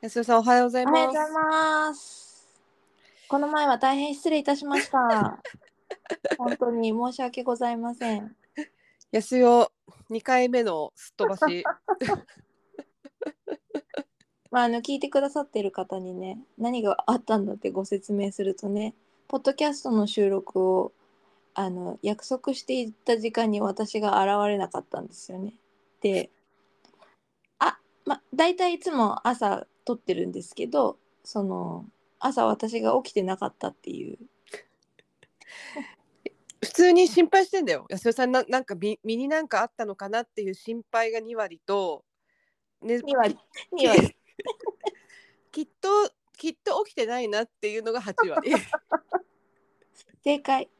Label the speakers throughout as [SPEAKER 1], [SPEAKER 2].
[SPEAKER 1] 安代さんおはようござい
[SPEAKER 2] お
[SPEAKER 1] ます。
[SPEAKER 2] はようございます。この前は大変失礼いたしました。本当に申し訳ございません。
[SPEAKER 1] 安代二回目のすっ飛ば し。
[SPEAKER 2] まあ、あの聞いてくださっている方にね、何があったんだってご説明するとね、ポッドキャストの収録をあの約束していた時間に私が現れなかったんですよね。で、あ、ま、大体いつも朝撮ってるんですけど、その朝私が起きてなかったっていう
[SPEAKER 1] 普通に心配してんだよ。安代さんななんか身身になんかあったのかなっていう心配が二割と、ね、
[SPEAKER 2] 2割、2割。
[SPEAKER 1] きっときっと起きてないなっていうのが八割。
[SPEAKER 2] 正解。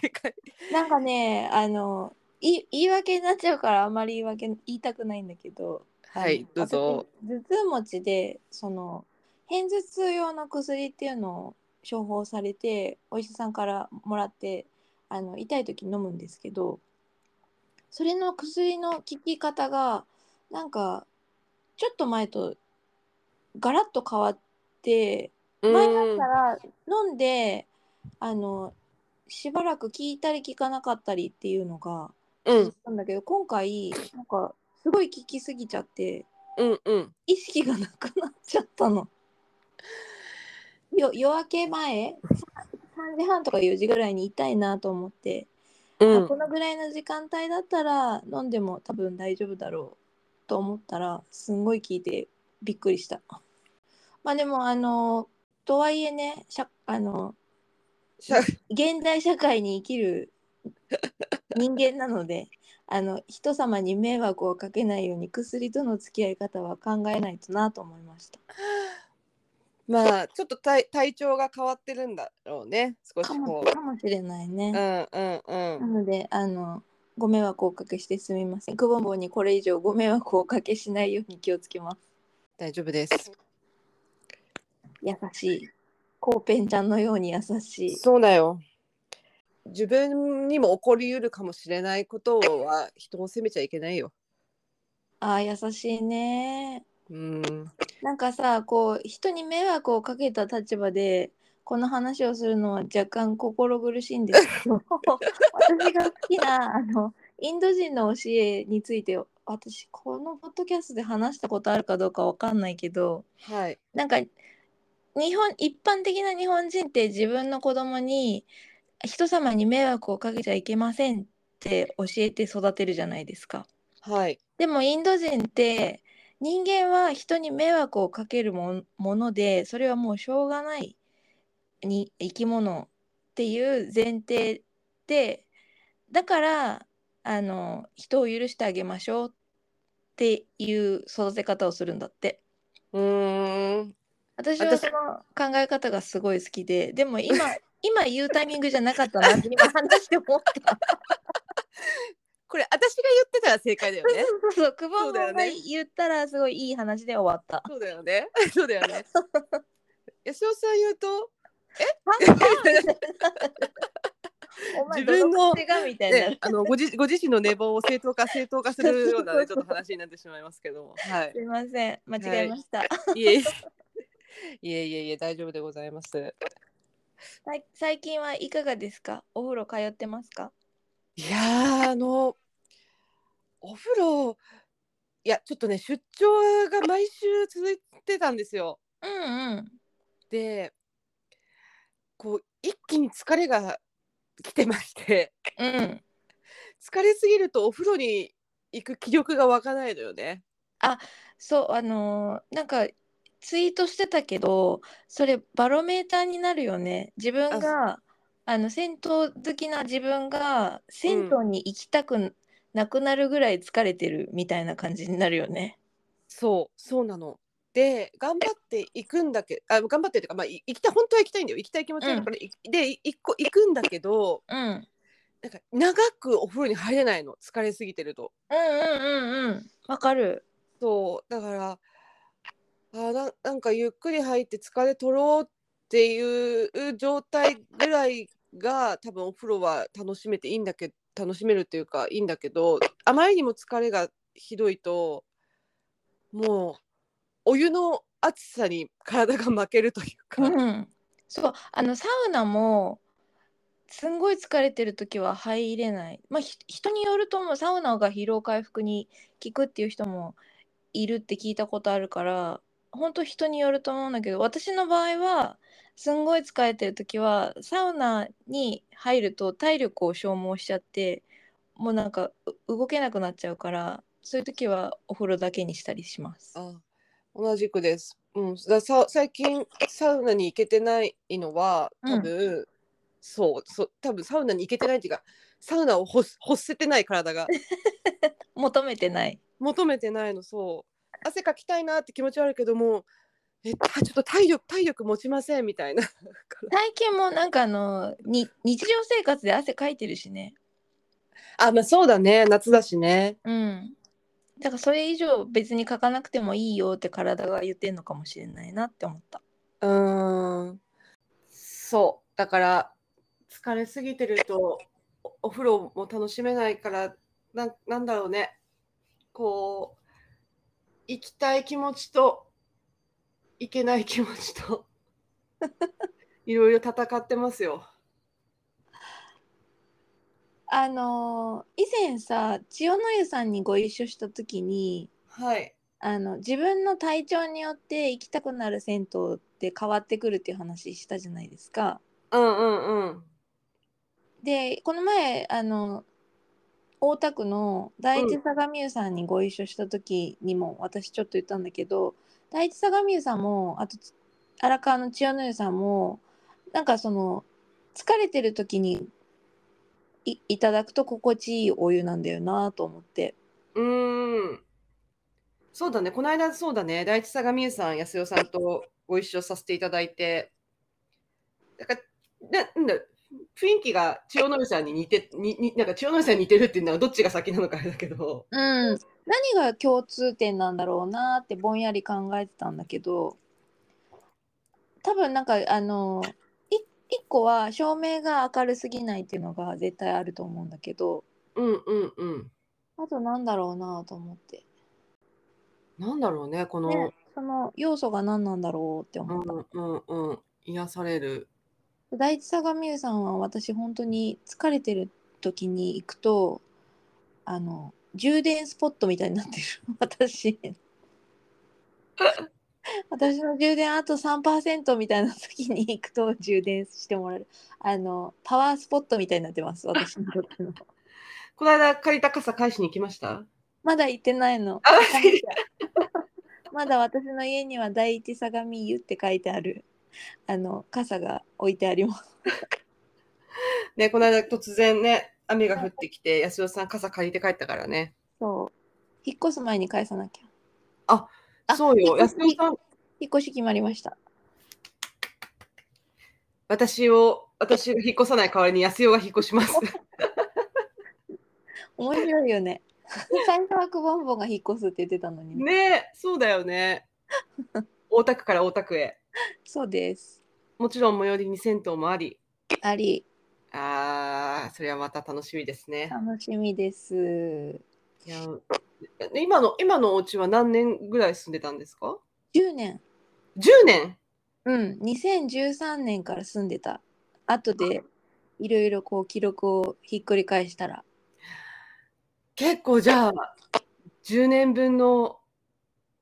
[SPEAKER 1] でかい
[SPEAKER 2] なんかね、あの、い言い訳になっちゃうから、あんまり言い訳言いたくないんだけど。
[SPEAKER 1] はい
[SPEAKER 2] あ
[SPEAKER 1] ど
[SPEAKER 2] の
[SPEAKER 1] うぞ。。
[SPEAKER 2] 私頭痛持ちで、その、片頭痛用の薬っていうのを処方されて、お医者さんからもらって、あの痛い時飲むんですけど、それの薬の効き方が、なんか、ちょっと前と、ガラッと変わって、前だったら飲んであのしばらく聞いたり聞かなかったりっていうのが
[SPEAKER 1] う
[SPEAKER 2] 続
[SPEAKER 1] ん
[SPEAKER 2] いたんだけど、今回なんかすごい聞きすぎちゃって
[SPEAKER 1] うんうん。
[SPEAKER 2] 意識がなくなっちゃったの。よ夜明け前3時半とか4時ぐらいに痛いなと思って、
[SPEAKER 1] う
[SPEAKER 2] あ
[SPEAKER 1] ん
[SPEAKER 2] このぐらいの時間帯だったら飲んでも多分大丈夫だろうと思ったらすんごい聞いてびっくりした。まあでもあのとはいえねしゃあの
[SPEAKER 1] しゃ
[SPEAKER 2] 現代社会に生きる 人間なのであの人様に迷惑をかけないように薬との付き合い方は考えないとなと思いました。
[SPEAKER 1] まあちょっと体体調が変わってるんだろうね少し
[SPEAKER 2] かも
[SPEAKER 1] こ。
[SPEAKER 2] かもしれないう
[SPEAKER 1] う
[SPEAKER 2] ね。
[SPEAKER 1] んうんう。
[SPEAKER 2] なんのであのご迷惑をおかけしてすみません。くぼんぼんにこれ以上ご迷惑をおかけしないように気をつけます。
[SPEAKER 1] 大丈夫です。
[SPEAKER 2] 優しい。コーペンちゃんのように優しい。
[SPEAKER 1] そうだよ。自分にも起こりうるかもしれないことは人を責めちゃいけないよ。
[SPEAKER 2] ああ、優しいね。
[SPEAKER 1] うん。
[SPEAKER 2] なんかさ、こう、人に迷惑をかけた立場で、この話をするのは若干心苦しいんですけ ど、私が好きな、あの、インド人の教えについて、私、このポッドキャストで話したことあるかどうかわかんないけど、
[SPEAKER 1] はい。
[SPEAKER 2] なんか、日本、一般的な日本人って自分の子供に、人様に迷惑をかけちゃいけませんって教えて育てるじゃないですか。
[SPEAKER 1] はい。
[SPEAKER 2] でもインド人って人間は人に迷惑をかけるもんものでそれはもうしょうがないに生き物っていう前提でだからあの人を許してあげましょうっていう育て方をするんだって。
[SPEAKER 1] うーん。
[SPEAKER 2] 私は
[SPEAKER 1] 私
[SPEAKER 2] その考え方がすごい好きででも 今今言うタイミングじゃなかったなって今話して思った。
[SPEAKER 1] これ私が言ってたら正解だよね。
[SPEAKER 2] そうそう久保
[SPEAKER 1] そうだよ
[SPEAKER 2] が
[SPEAKER 1] ね
[SPEAKER 2] 言ったらすごいいい話で終わ った。
[SPEAKER 1] そうだよね。そうだよね。吉尾さん言うと、
[SPEAKER 2] お前
[SPEAKER 1] 自分の
[SPEAKER 2] ど口がみたいにな
[SPEAKER 1] ね
[SPEAKER 2] る、
[SPEAKER 1] あのごじご自身の寝坊を正当化正当化するような、ね、ち
[SPEAKER 2] そ
[SPEAKER 1] ょ
[SPEAKER 2] う
[SPEAKER 1] っと話になってしまいますけども。はい
[SPEAKER 2] す。いません間違えました、
[SPEAKER 1] いえいえいえいえいえ大丈夫でございます。
[SPEAKER 2] さい最近はいかがですかお風呂通ってますか
[SPEAKER 1] いやーあのお風呂いやちょっとね出張が毎週続いてたんですよ。
[SPEAKER 2] うんうん
[SPEAKER 1] でこう一気に疲れが来てまして
[SPEAKER 2] うん
[SPEAKER 1] 疲れすぎるとお風呂に行く気力が湧かないのよね。
[SPEAKER 2] そうあのーなんかツイートしてたけどそれバロメーターになるよね自分があの銭湯好きな自分が銭湯に行きたくなくなるぐらい疲れてるみたいな感じになるよね
[SPEAKER 1] そうそうなの。で頑張って行くんだけあ頑張ってというか、まあ、い行きたい本当は行きたいんだよ行きたい気持ちなんだから、いでい一個行くんだけど
[SPEAKER 2] うんうん
[SPEAKER 1] なんか長くお風呂に入れないの疲れすぎてると。
[SPEAKER 2] うんうんうんわかる
[SPEAKER 1] そうだからあーななんかゆっくり入って疲れ取ろうっていう状態ぐらいが多分お風呂は楽しめていいんだけ楽しめるっていうかいいんだけどあまりにも疲れがひどいともうお湯の暑さに体が負けるというか、
[SPEAKER 2] うん、そうあのサウナもすんごい疲れてる時は入れない、まあ、ひ人によるともサウナが疲労回復に効くっていう人もいるって聞いたことあるから本当人によると思うんだけど私の場合はすんごい疲れてる時はサウナに入ると体力を消耗しちゃってもうなんかう動けなくなっちゃうからそういう時はお風呂だけにしたりします。
[SPEAKER 1] あ同じくです、うん、ださ最近サウナに行けてないのは多分、そうそう多分サウナに行けてないっていうかサウナを欲す欲せてない体 が
[SPEAKER 2] 求めてない。
[SPEAKER 1] 求めてないのそう汗かきたいなって気持ちはあるけどもえたちょっと体力体力持ちませんみたいな
[SPEAKER 2] 最近もなんかあのに日常生活で汗かいてるしね
[SPEAKER 1] あまあそうだね夏だしね
[SPEAKER 2] うんだからそれ以上別にかかなくてもいいよって体が言ってんのかもしれないなって思った
[SPEAKER 1] うーんそうだから疲れすぎてるとおお風呂も楽しめないからなんなんだろうねこう行きたい気持ちと行けない気持ち といろいろ戦ってますよ。
[SPEAKER 2] あのー以前さ千代の湯さんにご一緒した時に
[SPEAKER 1] はい、
[SPEAKER 2] あの自分の体調によって行きたくなる銭湯って変わってくるっていう話したじゃないですか
[SPEAKER 1] うんうんうん
[SPEAKER 2] でこの前あの大田区の第一相模湯さんにご一緒した時にも、私ちょっと言ったんだけど第一相模湯さんもあとつ荒川の千代の湯さんもなんかその疲れてる時にいいただくと心地いいお湯なんだよなと思って
[SPEAKER 1] うーんそうだね、この間そうだね、第一相模湯さん、安代さんとご一緒させていただいて、なんか、ななんだ、雰囲気が千代の湯さんに似て、にになんか千代の湯さんに似てるっていうのはどっちが先なのかあれだけど、
[SPEAKER 2] うん、何が共通点なんだろうなってぼんやり考えてたんだけど多分なんかあのい一個は照明が明るすぎないっていうのが絶対あると思うんだけど
[SPEAKER 1] うんうんうん。
[SPEAKER 2] あとなんだろうなと思って、
[SPEAKER 1] なんだろうね、この、
[SPEAKER 2] ね、その要素が何なんだろうって
[SPEAKER 1] う
[SPEAKER 2] 思
[SPEAKER 1] ん
[SPEAKER 2] った、
[SPEAKER 1] うんうん、癒される。
[SPEAKER 2] 第一相模湯さんは私本当に疲れてる時に行くとあの充電スポットみたいになってる 私私の充電あと3%みたいな時に行くと充電してもらえるあのパワースポットみたいになってます私にとっての
[SPEAKER 1] この間借りた傘返しに行きました
[SPEAKER 2] まだ行ってないの
[SPEAKER 1] あまだ行っ
[SPEAKER 2] まだ私の家には第一相模湯って書いてあるあの傘が置いてあります
[SPEAKER 1] ね、この間突然ね、雨が降ってきて、安代さん傘借りて帰ったからね。
[SPEAKER 2] そう引っ越す前に返さなきゃあ
[SPEAKER 1] そうよ、
[SPEAKER 2] 引っ
[SPEAKER 1] 安
[SPEAKER 2] 越し
[SPEAKER 1] 代さん、
[SPEAKER 2] 引っ越し決まりました
[SPEAKER 1] 私を私が引っ越さない代わりに安代が引っ越します
[SPEAKER 2] 面白いよ ね最初はくぼんぼんが引っ越すって言ってたのにね
[SPEAKER 1] ねえそうだよ ね大田区から大田区へ
[SPEAKER 2] そうです
[SPEAKER 1] もちろん最寄りに銭湯もあり
[SPEAKER 2] あり
[SPEAKER 1] あーそれはまた楽しみですね
[SPEAKER 2] 楽しみです
[SPEAKER 1] いや今の今のお家は何年ぐらい住んでたんですか
[SPEAKER 2] 10年
[SPEAKER 1] 10年
[SPEAKER 2] うん、2013年から住んでた。後でいろいろこう記録をひっくり返したら。
[SPEAKER 1] 結構じゃあ10年分の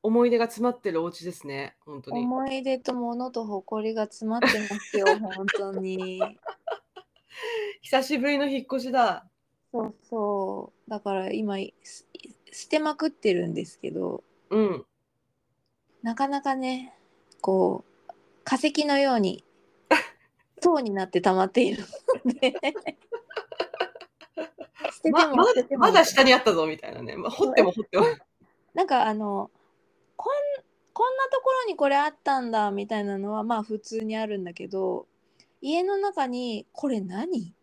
[SPEAKER 1] 思い出が詰まってるお家ですね本当に
[SPEAKER 2] 思い出と物と誇りが詰まってます よ、本当に。
[SPEAKER 1] 久しぶりの引っ越しだ
[SPEAKER 2] そうそう。だから今、す捨てまくってるんですけど、
[SPEAKER 1] うん
[SPEAKER 2] なかなかね、こう、化石のよ うに、塔になって溜まっているの で。捨てて
[SPEAKER 1] ま
[SPEAKER 2] も
[SPEAKER 1] ま
[SPEAKER 2] 捨てて
[SPEAKER 1] だ
[SPEAKER 2] も
[SPEAKER 1] まだ下にあったぞみたいなね、まあ、掘っても掘っても
[SPEAKER 2] なんかあのこんこんなところにこれあったんだみたいなのはまあ普通にあるんだけど家の中にこれ何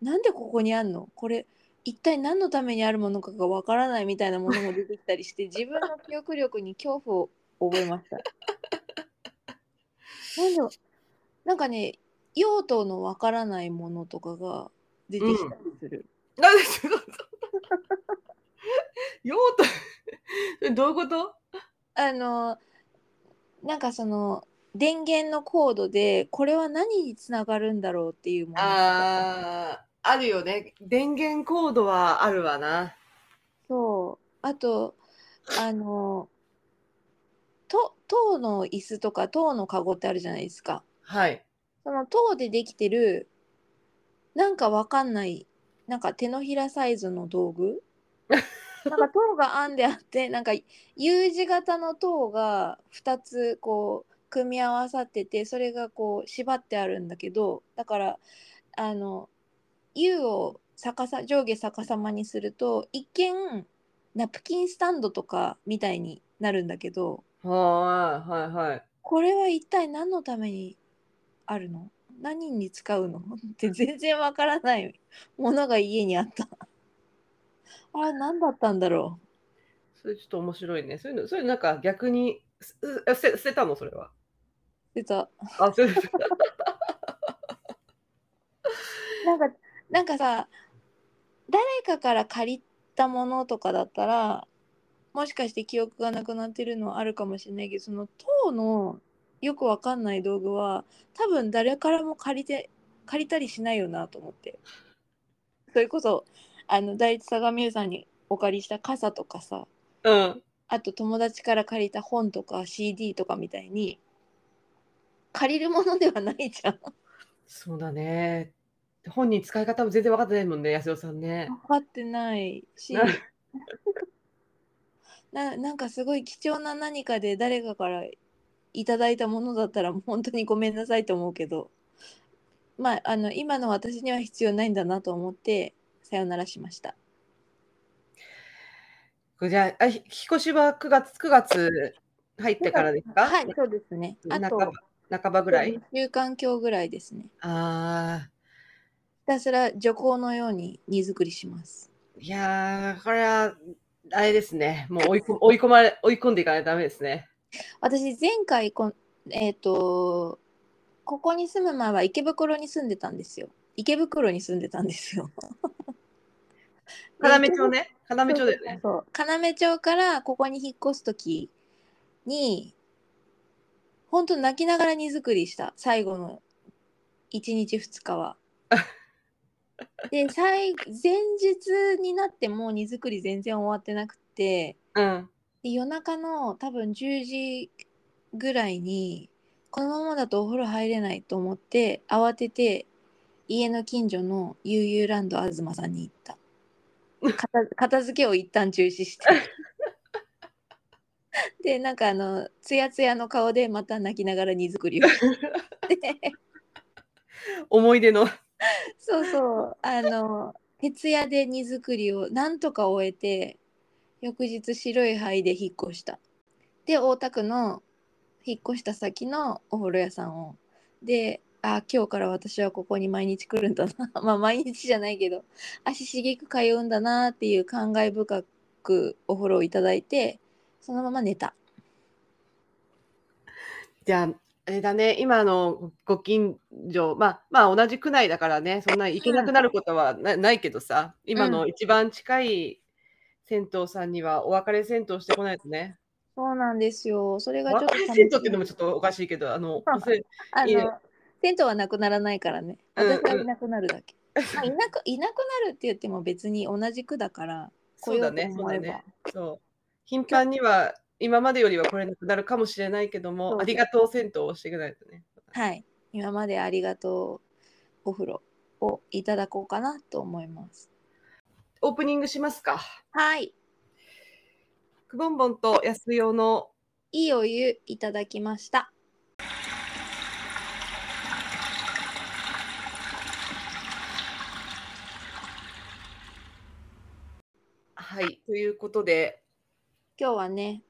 [SPEAKER 2] なんでここにあんのこれ一体何のためにあるものかがわからないみたいなものも出てきたりして自分の記憶力に恐怖を覚えました。なんでなんかね用途のわからないものとかが出てきたりする。
[SPEAKER 1] なんでちょっ と 用途どういうこと
[SPEAKER 2] あのなんかその電源のコードでこれは何につながるんだろうっていうもの
[SPEAKER 1] あーあるよね電源コードはあるわな
[SPEAKER 2] そうあとあのと塔の椅子とか塔のカゴってあるじゃないですか
[SPEAKER 1] はい
[SPEAKER 2] その塔でできてるなんかわかんないなんか手のひらサイズの道具なんか塔が編んであってなんか U 字型の塔が2つこう組み合わさっててそれがこう縛ってあるんだけどだからあの U を逆さ上下逆さまにすると一見ナプキンスタンドとかみたいになるんだけど
[SPEAKER 1] はーいはいはい
[SPEAKER 2] これは一体何のためにあるの何に使うのって全然わからないものが家にあった。あれ何だったんだろ
[SPEAKER 1] それちょっと面白いねそういうのそういうのなんか逆にすえ捨て捨てたのそれは
[SPEAKER 2] うってさ
[SPEAKER 1] あそうです
[SPEAKER 2] なんかなんかさ誰かから借りたものとかだったらもしかして記憶がなくなってるのはあるかもしれないけどその塔のよくわかんない道具は多分誰からも借りて借りたりしないよなと思ってそれこそあの第一相模湯さんにお借りした傘とかさ
[SPEAKER 1] うん
[SPEAKER 2] あと友達から借りた本とか CD とかみたいに借りるものではないじゃん。
[SPEAKER 1] そうだね本人使い方も全然分かってないもんね安代さんね
[SPEAKER 2] 分かってない し
[SPEAKER 1] な
[SPEAKER 2] ななんかすごい貴重な何かで誰かからいただいたものだったらもう本当にごめんなさいと思うけどまああの今の私には必要ないんだなと思ってさよならしました
[SPEAKER 1] これじゃああひ引っ越しは9月9月入ってからですか
[SPEAKER 2] はいそうですねあ
[SPEAKER 1] 半
[SPEAKER 2] と
[SPEAKER 1] ば半ばぐらい、
[SPEAKER 2] 2週間強ぐらいですね
[SPEAKER 1] ああ
[SPEAKER 2] ひたすら徐行のように荷造りします
[SPEAKER 1] いやーこれはあれですねもう追い込追い込まれ追い込んでいかないとダメですね
[SPEAKER 2] 私前回こんえっ、とここに住む前は池袋に住んでたんですよ池袋に住んでたんですよ
[SPEAKER 1] 要町ね要町だよね
[SPEAKER 2] そう要町からここに引っ越す時に本当泣きながら荷造りした最後の1日2日は。で最前日になってもう荷造り全然終わってなくて
[SPEAKER 1] うん
[SPEAKER 2] で夜中の多分10時ぐらいにこのままだとお風呂入れないと思って慌てて家の近所の悠々ランド東さんに行った片片付けを一旦中止してでなんかあのつやつやの顔でまた泣きながら荷造りをして
[SPEAKER 1] 思い出の
[SPEAKER 2] そうそうあの徹夜で荷造りをなんとか終えて翌日白い灰で引っ越したで大田区の引っ越した先のお風呂屋さんをであ今日から私はここに毎日来るんだな まあ毎日じゃないけど足しげく通うんだなっていう感慨深くお風呂をいただいてそのまま寝た
[SPEAKER 1] じゃああれだね今のご近所まあまあ同じ区内だからねそんな行けなくなることはな,、ないけどさ今の一番近い銭湯さんにはお別れ銭湯してこないとね。
[SPEAKER 2] そうなんですよそれ
[SPEAKER 1] お
[SPEAKER 2] がちょっと
[SPEAKER 1] 別れ
[SPEAKER 2] 寂し
[SPEAKER 1] 銭湯
[SPEAKER 2] い
[SPEAKER 1] っていうのもちょっとおかしいけどあのそれ
[SPEAKER 2] あ
[SPEAKER 1] いいね
[SPEAKER 2] のテントはなくならないからね
[SPEAKER 1] うんうん
[SPEAKER 2] 私がいなくなるだ け、まあ、いなくいなくなるって言っても別に同じ区だから
[SPEAKER 1] そうだね
[SPEAKER 2] 来
[SPEAKER 1] そう
[SPEAKER 2] ようと思
[SPEAKER 1] だ
[SPEAKER 2] えば
[SPEAKER 1] ね。そう頻繁には今までよりはこれなくなるかもしれないけど
[SPEAKER 2] そう
[SPEAKER 1] もありがとう銭湯をしていかないとね。
[SPEAKER 2] はい今までありがとうお風呂をいただこうかなと思います
[SPEAKER 1] オープニングしますか。
[SPEAKER 2] はい
[SPEAKER 1] くぼんぼんと安代の
[SPEAKER 2] いいお湯いただきました
[SPEAKER 1] はいということで
[SPEAKER 2] 今日はね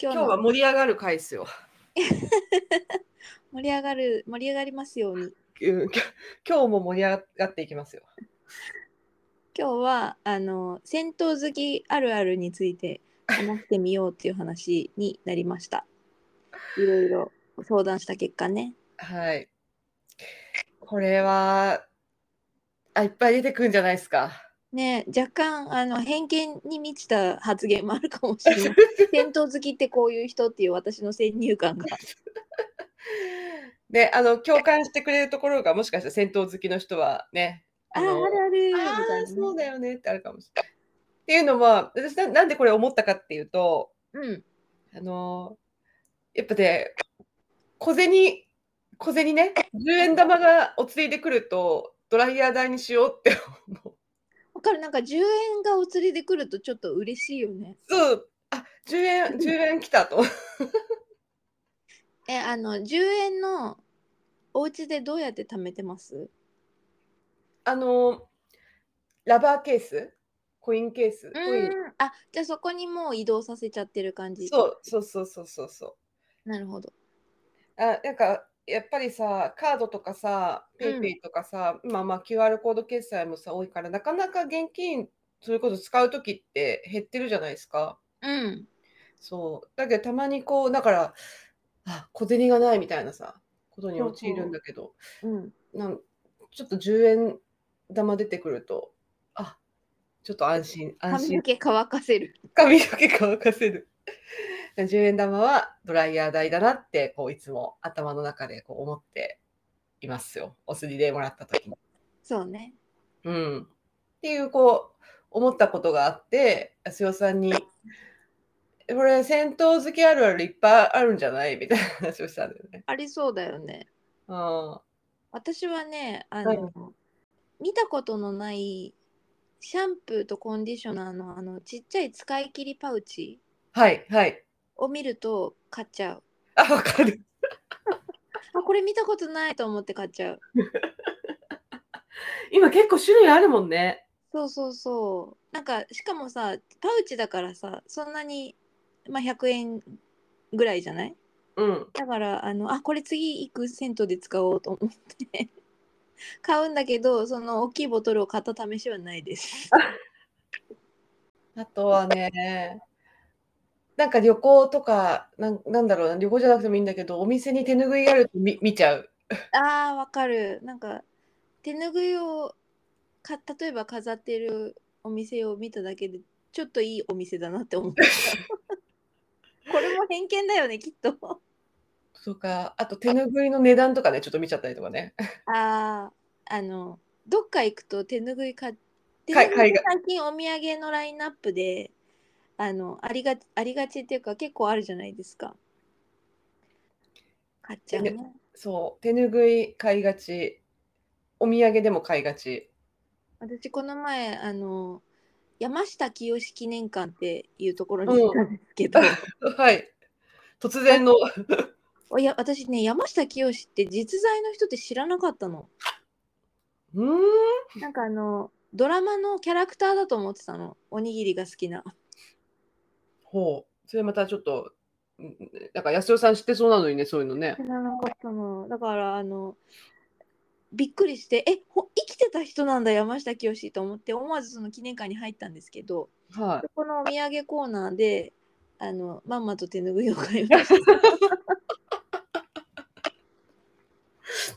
[SPEAKER 2] 今日
[SPEAKER 1] 今
[SPEAKER 2] の
[SPEAKER 1] 日は盛り上がる回ですよ。
[SPEAKER 2] 盛り上がる盛り上がりますように
[SPEAKER 1] うん きょ今日も盛り上がっていきますよ。
[SPEAKER 2] 今日はあの戦闘好きあるあるについて話してみようっていう話になりましたいろいろ相談した結果ね
[SPEAKER 1] はい。これは、あ、いっぱい出てくるんじゃないですか。
[SPEAKER 2] ね若干あの偏見に満ちた発言もあるかもしれない 銭湯好きってこういう人っていう私の先入観が
[SPEAKER 1] で、あの、共感してくれるところが、もしかしたら戦闘好きの人はね、
[SPEAKER 2] あーあ
[SPEAKER 1] の
[SPEAKER 2] るあるみ
[SPEAKER 1] あ
[SPEAKER 2] たい
[SPEAKER 1] ー
[SPEAKER 2] な
[SPEAKER 1] そうだよねってあるかもしれない。っていうのは、私ななんでこれ思ったかっていうと、
[SPEAKER 2] うん
[SPEAKER 1] あのーやっぱね、小銭、小銭ね、10円玉がお釣りで来ると、ドライヤー代にしようって 思う。
[SPEAKER 2] わかるなんか10円がお釣りで来るとちょっと嬉しいよね
[SPEAKER 1] そう、あ、10円、10円来たと。
[SPEAKER 2] えあの10円のお家でどうやって貯めてます
[SPEAKER 1] あのーラバーケース、コインケース、コイン。
[SPEAKER 2] あじゃあそこにもう移動させちゃってる感じ
[SPEAKER 1] そうそうそうそうそうそう。
[SPEAKER 2] なるほど
[SPEAKER 1] あなんかやっぱりさカードとかさ
[SPEAKER 2] うん
[SPEAKER 1] PayPay とかさ、今まあ QR コード決済もさ多いからなかなか現金それこそ使う時って減ってるじゃないですか
[SPEAKER 2] うん
[SPEAKER 1] そうだけどたまにこうだからあ小銭がないみたいなさことに
[SPEAKER 2] ほうほう
[SPEAKER 1] 陥るんだけど
[SPEAKER 2] うん
[SPEAKER 1] なんちょっと10円玉出てくるとあちょっと安心安
[SPEAKER 2] 髪
[SPEAKER 1] 心
[SPEAKER 2] の毛乾かせる
[SPEAKER 1] 髪の毛乾かせる10円玉はドライヤー代だなってこういつも頭の中でこう思っていますよお釣りでもらった時に。
[SPEAKER 2] そうね
[SPEAKER 1] うん、っていうこう思ったことがあって安代さんに「これ戦闘好きあるあるいっぱいあるんじゃない?」みたいな話をしたんだよね。
[SPEAKER 2] ありそうだよね
[SPEAKER 1] あ
[SPEAKER 2] 私はねあの、
[SPEAKER 1] はい
[SPEAKER 2] 見たことのないシャンプーとコンディショナーのあのちっちゃい使い切りパウチ
[SPEAKER 1] はいはい。
[SPEAKER 2] を見ると買っちゃう
[SPEAKER 1] あわかる。
[SPEAKER 2] あこれ見たことないと思って買っちゃう
[SPEAKER 1] 今結構種類あるもんね。
[SPEAKER 2] そうそうそうなんかしかもさパウチだからさそんなに、まあ、100円ぐらいじゃない
[SPEAKER 1] うん。
[SPEAKER 2] だからあのあこれ次行く銭湯で使おうと思って 買うんだけどその大きいボトルを買った試しはないです
[SPEAKER 1] あとはね、なんか旅行とか、なんなんだろうな、旅行じゃなくてもいいんだけど、お店に手ぬぐいあると見見ちゃう。
[SPEAKER 2] あーわかるなんか手ぬぐいをか例えば飾ってるお店を見ただけでちょっといいお店だなって思ったこれも偏見だよねきっと
[SPEAKER 1] とか、あと手ぬぐいの値段とかね、ちょっと見ちゃったりとかね。
[SPEAKER 2] あーあのどっか行くと手ぬぐい買って
[SPEAKER 1] かい海外
[SPEAKER 2] 最近お土産のラインナップであのありがありがちっていうか結構あるじゃないですか買っちゃうね
[SPEAKER 1] そう、手ぬぐい買いがち。お土産でも買いがち。
[SPEAKER 2] 私この前あの山下清志記念館っていうところに行ったんですけど、
[SPEAKER 1] はい。突然の。
[SPEAKER 2] おや私ね山下清志って実在の人って知らなかったの
[SPEAKER 1] うーん。
[SPEAKER 2] なんかあのドラマのキャラクターだと思ってたのおにぎりが好きな
[SPEAKER 1] ほう。それまたちょっと、うんなんか安代さん知ってそうなのにね、そういうのね。
[SPEAKER 2] 知らなかったのだからあのびっくりしてえほ生きてた人なんだ山下清志と思って思わずその記念館に入ったんですけど
[SPEAKER 1] は
[SPEAKER 2] そこのお土産コーナーであのまんまと手拭いを買いました
[SPEAKER 1] い。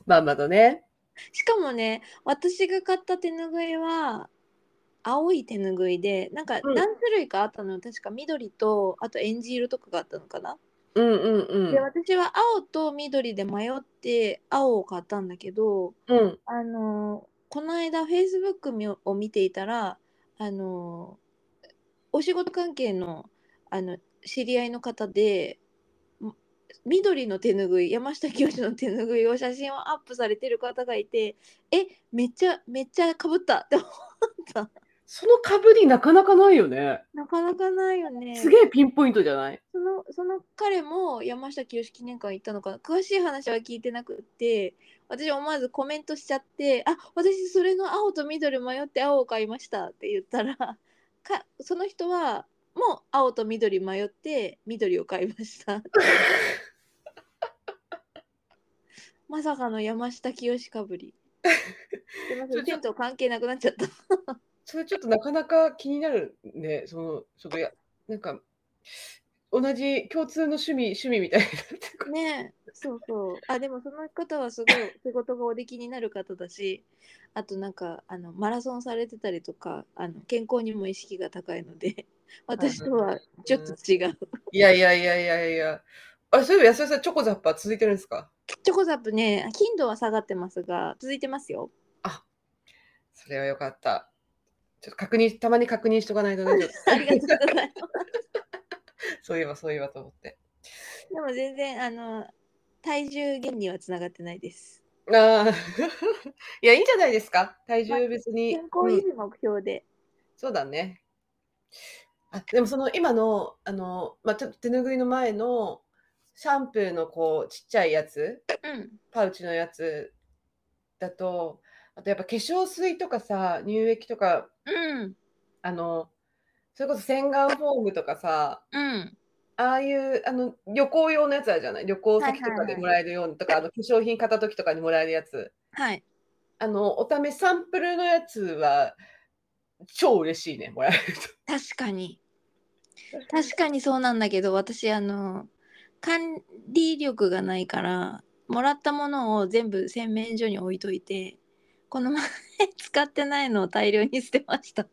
[SPEAKER 1] まあまだね。
[SPEAKER 2] しかもね私が買った手拭いは青い手拭いでなんか
[SPEAKER 1] うん
[SPEAKER 2] 何種類かあったのよ確か緑とあとえんじ色とかがあったのかな、
[SPEAKER 1] うんうんうん
[SPEAKER 2] で。私は青と緑で迷って青を買ったんだけど
[SPEAKER 1] うん。
[SPEAKER 2] あのーこの間フェイスブックを見ていたらあのーお仕事関係のあの知り合いの方でん緑の手ぬぐい山下清の手ぬぐいを写真をアップされてる方がいてえめっちゃめっちゃかぶったって思った
[SPEAKER 1] そのかぶりなかなかないよね。
[SPEAKER 2] なかなかないよね
[SPEAKER 1] すげえピンポイントじゃない
[SPEAKER 2] そのその彼も山下清記念館行ったのかな詳しい話は聞いてなくって私思わずコメントしちゃって「あ私それの青と緑迷って青を買いました」って言ったら かその人はもう青と緑迷って緑を買いましたまさかの山下清かぶりすいません銭湯関係なくなっちゃった
[SPEAKER 1] それちょっとなかなか気になるね、その、ちょっとや、なんか、同じ共通の趣味、趣味みたいになってくる
[SPEAKER 2] ねえそうそう。あ、でもその方はすごい仕事がおできになる方だし、あとなんか、あの、マラソンされてたりとか、あの、健康にも意識が高いので、 私とはちょっと違う。
[SPEAKER 1] いやいやいやいやいや。あ、そういえば安田さん、チョコザッパー続いてるんですか
[SPEAKER 2] チョコザップね、頻度は下がってますが、続いてますよ。
[SPEAKER 1] それはよかった。ちょっと確認、たまに確認しとかないとね、ちょっ
[SPEAKER 2] ありがとうございます。
[SPEAKER 1] と そういえばそういえばと思って。
[SPEAKER 2] でも全然、あの、体重減にはつながってないです。
[SPEAKER 1] ああ、 いや、いいんじゃないですか。体重別に。
[SPEAKER 2] 健康維
[SPEAKER 1] うん
[SPEAKER 2] 持目標で。
[SPEAKER 1] そうだね。あでもその今のあの、まあ、ちょっと手拭いの前のシャンプーのこうちっちゃいやつ
[SPEAKER 2] うん。
[SPEAKER 1] パウチのやつだとあとやっぱ化粧水とかさ乳液とか
[SPEAKER 2] うん。
[SPEAKER 1] あのそれこそ洗顔フォームとかさ
[SPEAKER 2] うん。
[SPEAKER 1] ああいうあの旅行用のやつあるじゃない旅行先と
[SPEAKER 2] はいは
[SPEAKER 1] か
[SPEAKER 2] いはい
[SPEAKER 1] でもらえるようなとか、あの化粧品買った時とかにもらえるやつ
[SPEAKER 2] はい。
[SPEAKER 1] あのお試しサンプルのやつは超嬉しいねもらえる
[SPEAKER 2] 確かに。確かにそうなんだけど、私、あの、管理力がないから、もらったものを全部洗面所に置いといて、この前使ってないのを大量に捨てました。
[SPEAKER 1] と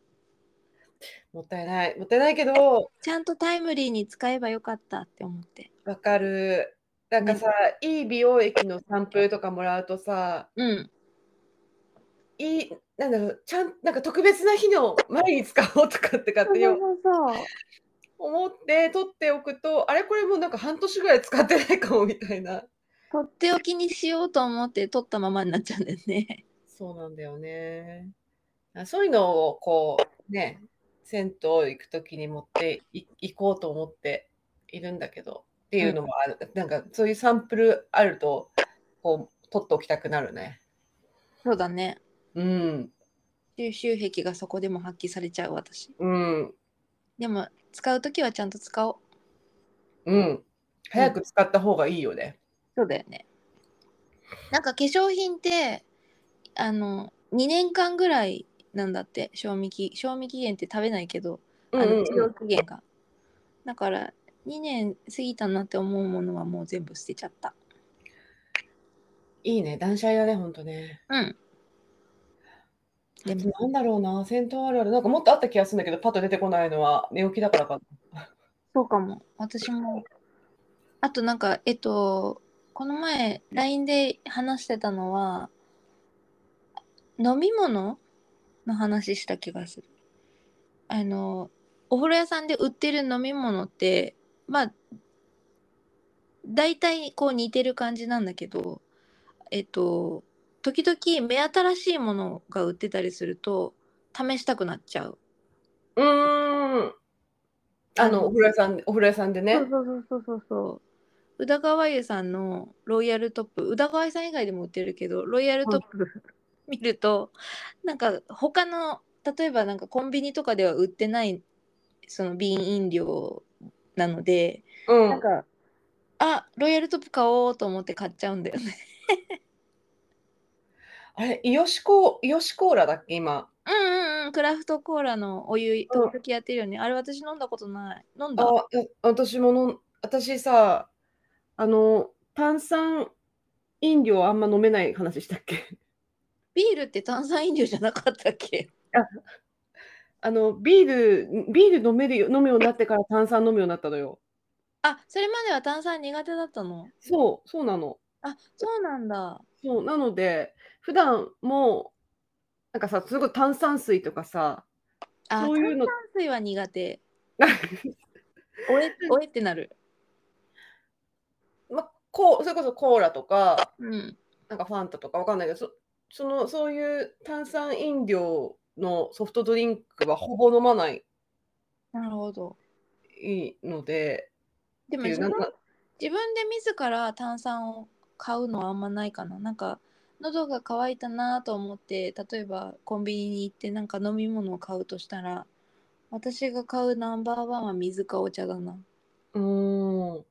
[SPEAKER 1] もったいないもったいないけど
[SPEAKER 2] ちゃんとタイムリーに使えばよかったって思って。
[SPEAKER 1] わかる。なんかさ、いい美容液のサンプルとかもらうとさ、
[SPEAKER 2] うん。
[SPEAKER 1] いい、なんだろう、ちゃん、なんか特別な日の前に使おうとかって勝手に
[SPEAKER 2] うそう。
[SPEAKER 1] 思って取っておくと、あれこれもうなんか半年ぐらい使ってないかもみたいな。
[SPEAKER 2] とっておきにしようと思って取ったままになっちゃうんだよね。
[SPEAKER 1] そうなんだよね。あそういうのをこう、ね、銭湯行くときに持ってい行こうと思っているんだけど、っていうのもある、なんかそういうサンプルあると、こう、取っておきたくなるね。
[SPEAKER 2] そうだね。
[SPEAKER 1] うん、
[SPEAKER 2] 収集癖がそこでも発揮されちゃう私。
[SPEAKER 1] うん。
[SPEAKER 2] でも使うときはちゃんと使おう。
[SPEAKER 1] うん。早く使った方がいいよね。
[SPEAKER 2] そうだよね。なんか化粧品ってあの2年間ぐらいなんだって賞味期賞味期限って食べないけど、
[SPEAKER 1] うんうん
[SPEAKER 2] あの使用
[SPEAKER 1] う
[SPEAKER 2] 期限が。だから2年過ぎたなって思うものはもう全部捨てちゃった。
[SPEAKER 1] ん、いいね、断捨離だね、ほんとね。
[SPEAKER 2] うん。で
[SPEAKER 1] で
[SPEAKER 2] も
[SPEAKER 1] もなんだろうな、戦闘あるある、なんかもっとあった気がするんだけど、パッと出てこないのは寝起きだからか
[SPEAKER 2] そうかも。私も。あとなんか、えっと、この前、LINE で話してたのは、飲み物の話した気がする。あの、お風呂屋さんで売ってる飲み物って、まあ、大体こう似てる感じなんだけど、えっと、時々目新しいものが売ってたりすると、試したくなっちゃう。
[SPEAKER 1] な。うーん。あの、お風呂屋さん、お風呂屋さんでね。
[SPEAKER 2] そうそうそうそうそう。宇田川湯さんのロイヤルトップ、宇田川湯さん以外でも売ってるけど、ロイヤルトップ見ると、なんか他の、例えばなんかコンビニとかでは売ってない、その瓶飲料なので、
[SPEAKER 1] うん。
[SPEAKER 2] なんか、あ、ロイヤルトップ買おうと思って買っちゃうんだよ ね。
[SPEAKER 1] あれ、イヨシコ、イヨシコーラだっけ、今。
[SPEAKER 2] うんうんうん、クラフトコーラのお湯、時々やってるよね。あれ私飲んだことない。飲んだ
[SPEAKER 1] あ、え私もの、私さ、あの、炭酸飲料あんま飲めない話したっけ
[SPEAKER 2] ビールって炭酸飲料じゃなかったっけ
[SPEAKER 1] あの、ビール、ビール飲めるよ、飲むようになってから炭酸飲むようになったのよ。
[SPEAKER 2] あ、それまでは炭酸苦手だったの
[SPEAKER 1] そう、そうなの。
[SPEAKER 2] あ、そうなんだ。
[SPEAKER 1] そうなので普段もなんかさすごい炭酸水とかさ
[SPEAKER 2] あ、
[SPEAKER 1] そういうの
[SPEAKER 2] 炭酸水は苦手。おえ、おえってなる。
[SPEAKER 1] ま、こうそれこそコーラとか
[SPEAKER 2] うん。
[SPEAKER 1] なんかファンタとかわかんないけどそそのそういう炭酸飲料のソフトドリンクはほぼ飲まない
[SPEAKER 2] なるほど。
[SPEAKER 1] ので
[SPEAKER 2] でも
[SPEAKER 1] っていう
[SPEAKER 2] 自分
[SPEAKER 1] なんか
[SPEAKER 2] 自分で自ら炭酸を買うのはあんまないかな。なんか喉が渇いたなと思って、例えばコンビニに行ってなんか飲み物を買うとしたら、私が買うナンバーワンは水かお茶だな。
[SPEAKER 1] うーん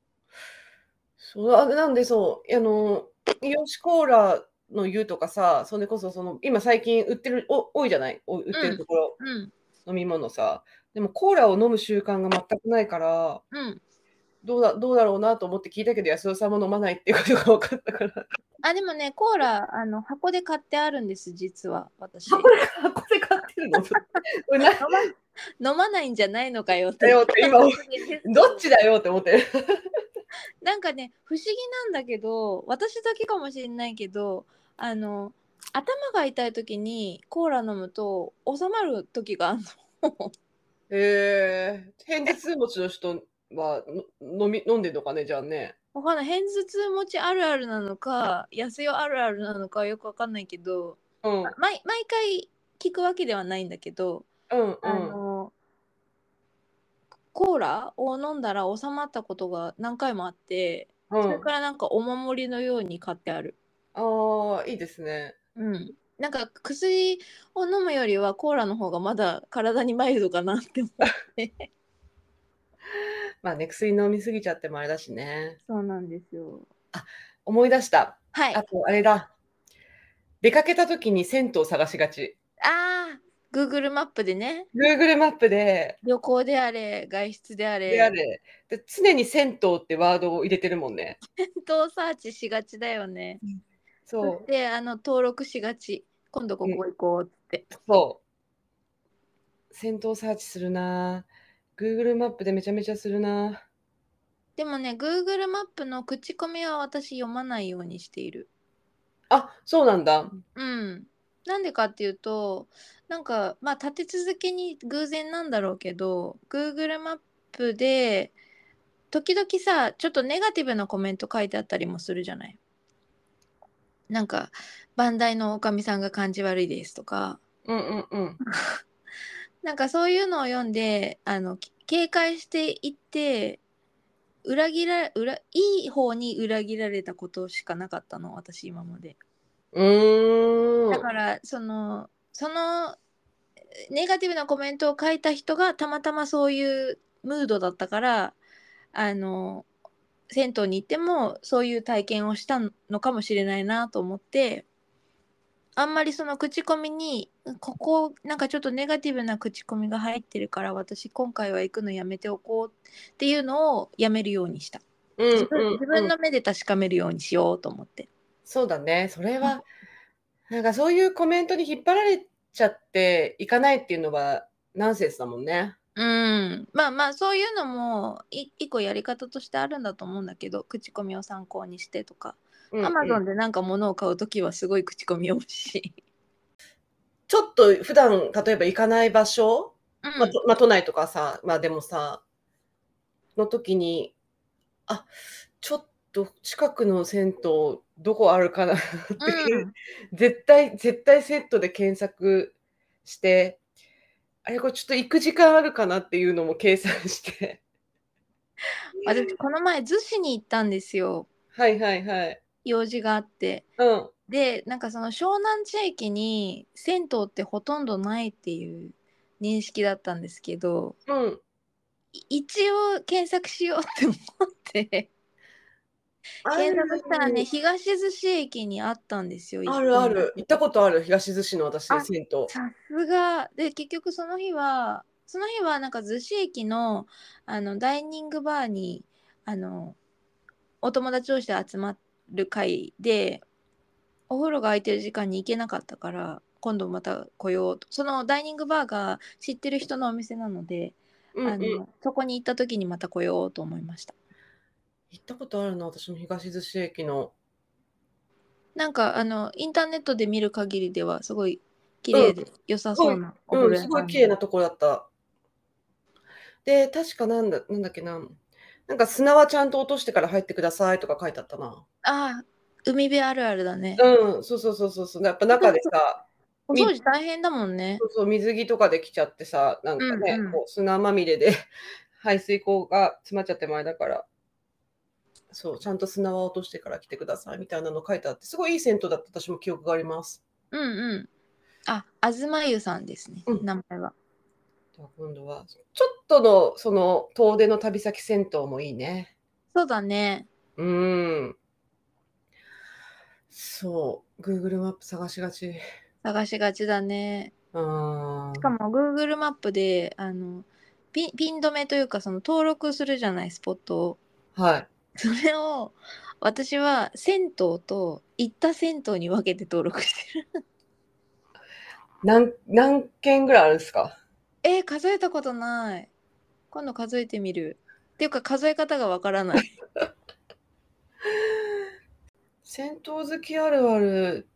[SPEAKER 1] そうあなんでそうあのイオシコーラの湯とかさそれこそその今最近売ってるお多いじゃないお売ってるところ。
[SPEAKER 2] うん。
[SPEAKER 1] 飲み物さでもコーラを飲む習慣が全くないから
[SPEAKER 2] うん。
[SPEAKER 1] どうだどうだろうなと思って聞いたけど安田さんも飲まないっていうことが分かったから
[SPEAKER 2] あでもねコーラあの箱で買ってあるんです実は私飲
[SPEAKER 1] 箱で箱で買って るのこれな
[SPEAKER 2] ま飲まないんじゃないのかよっ
[SPEAKER 1] だよって 今思うどっちだよって思って
[SPEAKER 2] なんかね不思議なんだけど私だけかもしれないけどあの頭が痛い時にコーラ飲むと収まる時があるの。
[SPEAKER 1] へえ偏頭痛持ちの人はの飲み飲んでるのかねじゃあね
[SPEAKER 2] わかんない偏頭痛持ちあるあるなのか痩せよあるあるなのかよくわかんないけど
[SPEAKER 1] うんうん
[SPEAKER 2] 毎毎回聞くわけではないんだけど、
[SPEAKER 1] うん
[SPEAKER 2] あのコーラを飲んだら収まったことが何回もあって
[SPEAKER 1] う
[SPEAKER 2] それ
[SPEAKER 1] ん
[SPEAKER 2] からなんかお守りのように買ってある。
[SPEAKER 1] ああいいですね
[SPEAKER 2] うん、なんか薬を飲むよりはコーラの方がまだ体にマイルドかなって思う
[SPEAKER 1] まあね薬飲みすぎちゃってもあれだしね
[SPEAKER 2] そうなんですよ
[SPEAKER 1] 思い出した
[SPEAKER 2] はい
[SPEAKER 1] あ
[SPEAKER 2] あ
[SPEAKER 1] とあれだ出かけた時に銭湯探しがち
[SPEAKER 2] あー Google マップでね
[SPEAKER 1] Google マップで
[SPEAKER 2] 旅行であれ外出であれ
[SPEAKER 1] であれで常に銭湯ってワードを入れてるもんね
[SPEAKER 2] ネットサーチしがちだよねそ
[SPEAKER 1] そう
[SPEAKER 2] してあの登録しがち今度ここ行こうって、
[SPEAKER 1] そう。戦闘サーチするなぁ。Google マップでめちゃめちゃするな
[SPEAKER 2] でもね Google マップの口コミは私読まないようにしている
[SPEAKER 1] ぁ。あ、そうなんだ。
[SPEAKER 2] うんなんでかっていうとなんかまあ立て続けに偶然なんだろうけど Google マップで時々さちょっとネガティブなコメント書いてあったりもするじゃないなんか「バンダイのおかみさんが感じ悪いです」とか
[SPEAKER 1] うんうんうん。
[SPEAKER 2] なんかそういうのを読んであのき警戒していって裏切ら裏いい方に裏切られたことしかなかったの私今まで。
[SPEAKER 1] うーん。
[SPEAKER 2] だからそのそのネガティブなコメントを書いた人がたまたまそういうムードだったからあの銭湯に行ってもそういう体験をしたのかもしれないなと思ってあんまりその口コミにここなんかちょっとネガティブな口コミが入ってるから私今回は行くのやめておこうっていうのをやめるようにした
[SPEAKER 1] うん
[SPEAKER 2] 自
[SPEAKER 1] うんう
[SPEAKER 2] 分
[SPEAKER 1] ん
[SPEAKER 2] 自分の目で確かめるようにしようと思って。
[SPEAKER 1] そうだね。それは、なんかそういうコメントに引っ張られちゃっていかないっていうのはナンセンスだもんね。
[SPEAKER 2] うん、まあまあそういうのもい一個やり方としてあるんだと思うんだけど口コミを参考にしてとか、
[SPEAKER 1] うんうん
[SPEAKER 2] アマゾンでなんか物を買うときはすごい口コミを し、
[SPEAKER 1] ちょっと普段例えば行かない場所、
[SPEAKER 2] うん
[SPEAKER 1] まあとまあ都内とかさ、まあでもさ、の時に、あ、ちょっと近くの銭湯どこあるかなっていう、
[SPEAKER 2] うん
[SPEAKER 1] 絶対、絶対セットで検索して、あれこれちょっと行く時間あるかなっていうのも計算して。
[SPEAKER 2] 私この前逗子に行ったんですよ
[SPEAKER 1] はいはいはい。
[SPEAKER 2] 用事があって
[SPEAKER 1] うん。
[SPEAKER 2] でなんかその湘南地域に銭湯ってほとんどないっていう認識だったんですけど
[SPEAKER 1] うん。
[SPEAKER 2] い一応検索しようって思って検索したらね東逗子駅にあったんですよ
[SPEAKER 1] あるある。行ったことある、東寿司の私
[SPEAKER 2] あ、
[SPEAKER 1] 銭湯。
[SPEAKER 2] さすがで結局その日はその日はなんか逗子駅のあのダイニングバーにあのお友達同士で集まる会でお風呂が空いてる時間に行けなかったから今度また来ようとそのダイニングバーが知ってる人のお店なので、
[SPEAKER 1] うん
[SPEAKER 2] あ
[SPEAKER 1] うん。行
[SPEAKER 2] のそこに行った時にまた来ようと思いました
[SPEAKER 1] ったことあるな、私も東寿司駅の。
[SPEAKER 2] なんかあのインターネットで見る限りではすごい綺麗で良さそうなお風
[SPEAKER 1] う
[SPEAKER 2] 呂
[SPEAKER 1] ん、
[SPEAKER 2] 屋
[SPEAKER 1] す
[SPEAKER 2] さ
[SPEAKER 1] ご
[SPEAKER 2] ん
[SPEAKER 1] い綺麗なとこだった。で、確かなんだ、なんだっけな。なんか砂はちゃんと落としてから入ってくださいとか書いてあったな。
[SPEAKER 2] ああ海辺あるあるだね、
[SPEAKER 1] うん、そうそうそうそうそう。やっぱ中でさ、
[SPEAKER 2] お掃除大変だもんね
[SPEAKER 1] そ。うそう水着とかで来ちゃってさ、なんかね、
[SPEAKER 2] うんうん
[SPEAKER 1] こう砂まみれで 排水口が詰まっちゃって前だから、そう、ちゃんと砂は落としてから来てくださいみたいなの書いてあって、すごいいい銭湯だった私も記憶があります。
[SPEAKER 2] うんうん。あ、あずまゆさんですね。
[SPEAKER 1] うん
[SPEAKER 2] 名前は。
[SPEAKER 1] では今度は、ちょっとのその遠出の旅先銭湯もいいね。
[SPEAKER 2] そうだね。
[SPEAKER 1] うーん。そう、Google マップ探しがち。
[SPEAKER 2] 探しがちだね。
[SPEAKER 1] うーん。
[SPEAKER 2] しかも Google マップであのピンピン止めというかその登録するじゃないスポットを。
[SPEAKER 1] はい。
[SPEAKER 2] それを私は銭湯と行った銭湯に分けて登録してる
[SPEAKER 1] 何、何件ぐらいあるんですか
[SPEAKER 2] えー数えたことない今度数えてみるっていうか数え方がわからない
[SPEAKER 1] 銭湯好きあるある。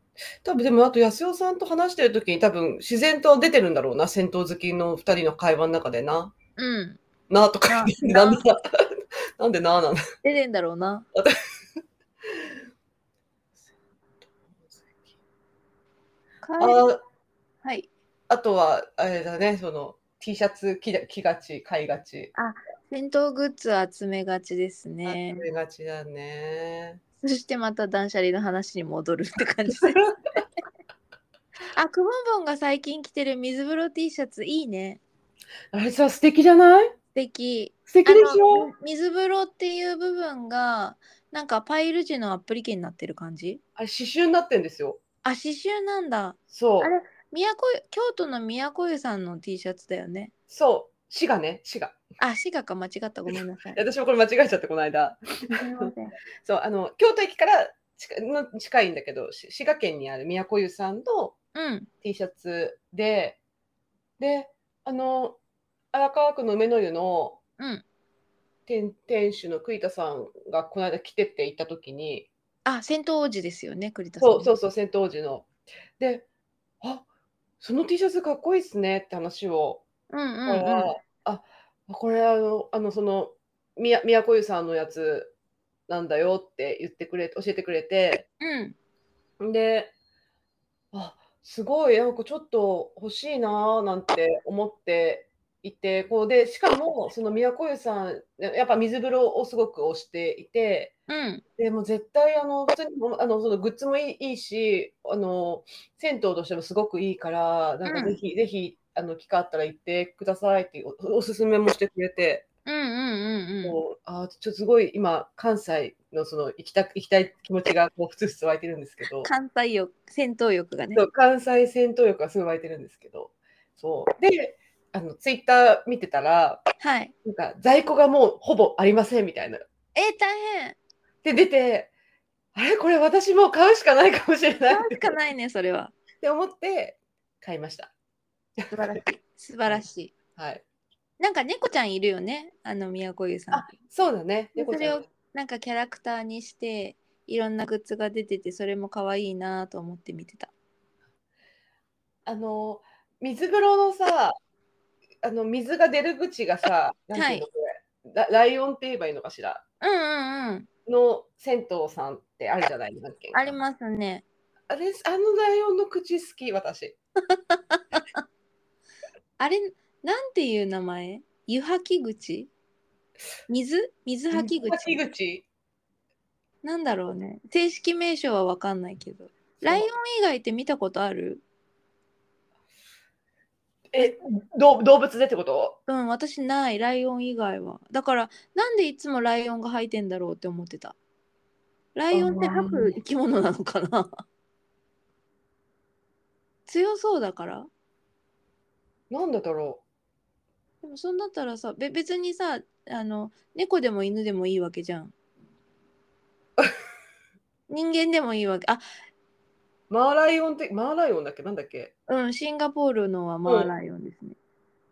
[SPEAKER 1] 多分でも、あと安代さんと話してる時に多分自然と出てるんだろうな。銭湯好きの二人の会話の中でな。
[SPEAKER 2] うん
[SPEAKER 1] なあとか、な
[SPEAKER 2] な
[SPEAKER 1] んでな、なんでな あなの
[SPEAKER 2] 出てんだろうなかえ
[SPEAKER 1] あ
[SPEAKER 2] はい
[SPEAKER 1] あとは、あれだね、その T シャツ着だ着がち、買いがち。
[SPEAKER 2] 銭湯グッズ集めがちですね
[SPEAKER 1] 集めがちだ ね。
[SPEAKER 2] そしてまた断捨離の話に戻るって感じです あくぼんぼんが最近着てる水風呂 T シャツいいね
[SPEAKER 1] あれさ、素敵じゃない
[SPEAKER 2] 素敵
[SPEAKER 1] 素敵でし
[SPEAKER 2] あ
[SPEAKER 1] ょ
[SPEAKER 2] の水風呂っていう部分がなんかパイル地のアップリケになってる感じ
[SPEAKER 1] あれ、刺繍になってんですよ。
[SPEAKER 2] あ刺繍なんだ
[SPEAKER 1] そう
[SPEAKER 2] あ。れ宮古湯京都の宮古湯さんの T シャツだよね
[SPEAKER 1] そう。死がね、死が。
[SPEAKER 2] あ滋賀か間違ったごめんな さい
[SPEAKER 1] 私もこれ間違えちゃって、この間。
[SPEAKER 2] すみません
[SPEAKER 1] そう、あの、京都駅から近の近いんだけど、し滋賀県にある宮古湯さんの
[SPEAKER 2] うん
[SPEAKER 1] T シャツで、で、あの、荒川区の梅の湯の
[SPEAKER 2] うん
[SPEAKER 1] 店店主の栗田さんがこの間来てって行った時に、
[SPEAKER 2] あ戦闘王子ですよね栗田さん
[SPEAKER 1] そうそうそう、戦闘時の。で、あその T シャツかっこいいっすねって話を、
[SPEAKER 2] うんうん
[SPEAKER 1] これはあこれあの、あのその、みや宮古湯さんのやつなんだよって言ってくれ教えてくれて、
[SPEAKER 2] うんうん
[SPEAKER 1] で、あすごい、なんかちょっと欲しいなーなんて思っていて、こうで、しかも、その宮古湯さん、やっぱ水風呂をすごく推していて、
[SPEAKER 2] うん
[SPEAKER 1] でもう絶対あの普通にもあのそのグッズもいいいいしあの銭湯としてもすごくいいからなんか
[SPEAKER 2] うん
[SPEAKER 1] ぜひ、ぜひあの機会あったら行ってくださいっておおすすめもしてくれて、
[SPEAKER 2] うんうんうんうん
[SPEAKER 1] もうあーちょっとすごい今関西のその行きたく行きたい気持ちがこうふつふつ湧いてるんですけど
[SPEAKER 2] 艦隊欲戦闘欲がね
[SPEAKER 1] そう関西銭湯欲がすごい湧いてるんですけどそうであのツイッター見てたら
[SPEAKER 2] はい
[SPEAKER 1] なんか在庫がもうほぼありませんみたいな
[SPEAKER 2] えー大変
[SPEAKER 1] で出てあれこれ私もう買うしかないかもしれない
[SPEAKER 2] 買うしかない ねそれは
[SPEAKER 1] って思って買いました。
[SPEAKER 2] 素晴らしい素晴らしい
[SPEAKER 1] はい。
[SPEAKER 2] なんか猫ちゃんいるよねあの宮古湯さん
[SPEAKER 1] あそうだね。
[SPEAKER 2] で
[SPEAKER 1] 猫ちゃ
[SPEAKER 2] それ
[SPEAKER 1] ん
[SPEAKER 2] を。なんかキャラクターにしていろんなグッズが出ててそれも可愛いなと思って見てた
[SPEAKER 1] あの水風呂のさ、あの水が出る口が さ、なんていうのこれ、ラライオンって言えばいいのかしら。
[SPEAKER 2] うんうんうん
[SPEAKER 1] の銭湯さんってあるじゃないなんていうの
[SPEAKER 2] ありますね
[SPEAKER 1] あれあのライオンの口好き私。
[SPEAKER 2] あれなんていう名前湯吐き口水水吐き口
[SPEAKER 1] 吐き口。
[SPEAKER 2] なんだろうね正式名称は分かんないけどライオン
[SPEAKER 1] そう
[SPEAKER 2] 以外って見たことある
[SPEAKER 1] えどう動物でってこと？
[SPEAKER 2] うん私ないライオン以外はだからなんでいつもライオンが吐いてんだろうって思ってたライオンって吐く生き物なのかな 強そうだから
[SPEAKER 1] なんだだろ
[SPEAKER 2] でもそんだったらさべ別にさあの猫でも犬でもいいわけじゃん人間でもいいわけあ
[SPEAKER 1] う。マーライオンってマーライオンだっけなんだっけ？
[SPEAKER 2] うんシンガポールのはマーライオンですね、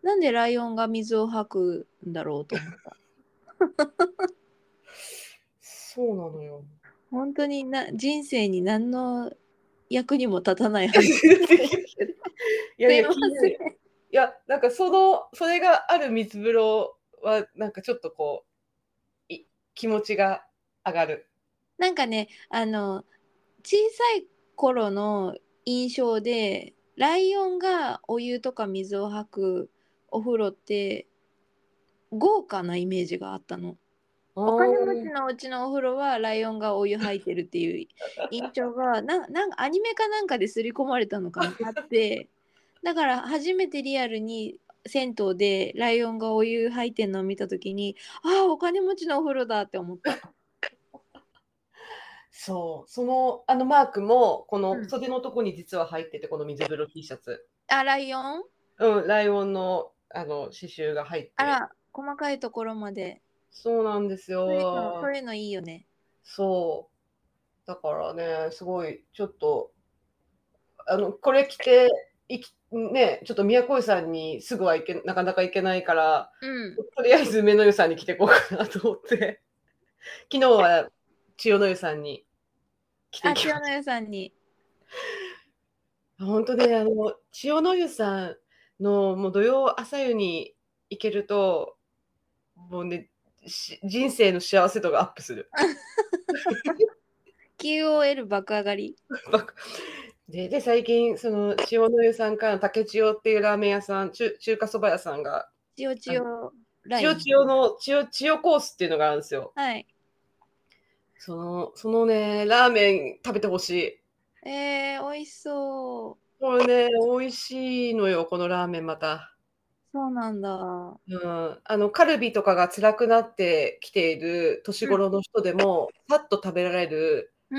[SPEAKER 2] なんでライオンが水を吐くんだろうと思った
[SPEAKER 1] そうなのよ。
[SPEAKER 2] 本当にな人生に何の役にも立たな い 話す
[SPEAKER 1] いやい
[SPEAKER 2] い
[SPEAKER 1] や
[SPEAKER 2] ま
[SPEAKER 1] 気にな
[SPEAKER 2] せ
[SPEAKER 1] る
[SPEAKER 2] ん
[SPEAKER 1] いやなんかそのそれがある水風呂はなんかちょっとこうい気持ちが上がる。
[SPEAKER 2] なんかねあの小さい頃の印象でライオンがお湯とか水を吐くお風呂って豪華なイメージがあったのお金持ちのうちのお風呂はライオンがお湯吐いてるっていう印象がななんかアニメかなんかですり込まれたのかなあって だから初めてリアルに銭湯でライオンがお湯吐いてるのを見た時にああお金持ちのお風呂だって思った
[SPEAKER 1] そうそのあのマークもこ
[SPEAKER 2] う
[SPEAKER 1] の
[SPEAKER 2] ん
[SPEAKER 1] 袖のとこに実は入っててこの水風呂 T シャツ。
[SPEAKER 2] あライオン
[SPEAKER 1] うんライオンのあの刺繍が入って
[SPEAKER 2] あら細かいところまで
[SPEAKER 1] そうなんですよ
[SPEAKER 2] そういうのそういうのいいよね。
[SPEAKER 1] そう。だからね、すごい、ちょっと、あの、これ着て、いき、ね、ちょっと宮古さんにすぐはいけ、なかなか行けないから、
[SPEAKER 2] うん。
[SPEAKER 1] とりあえず梅の湯さんに着てこうかなと思って、昨日は千代の湯さんに着て
[SPEAKER 2] あ、
[SPEAKER 1] き
[SPEAKER 2] 千
[SPEAKER 1] ま
[SPEAKER 2] 代の湯さんに。
[SPEAKER 1] 本当ね、あの、千代の湯さんの、もう土曜朝湯に行けると、もうね、し人生の幸せ度がアップする。
[SPEAKER 2] QOL 爆上がり。
[SPEAKER 1] 爆でで最近その千代の湯さんから竹千代っていうラーメン屋さん中中華そば屋さんが
[SPEAKER 2] 千代千代ラ
[SPEAKER 1] 千
[SPEAKER 2] イン
[SPEAKER 1] 代。千代の千代千代コースっていうのがあるんですよ
[SPEAKER 2] はい。
[SPEAKER 1] そのそのねラーメン食べてほしい
[SPEAKER 2] えー、美味しそう。
[SPEAKER 1] これね美味しいのよこのラーメンまた、
[SPEAKER 2] そうなんだ。
[SPEAKER 1] うん、あのカルビとかが辛くなってきている年頃の人でもさっと食べられる
[SPEAKER 2] うー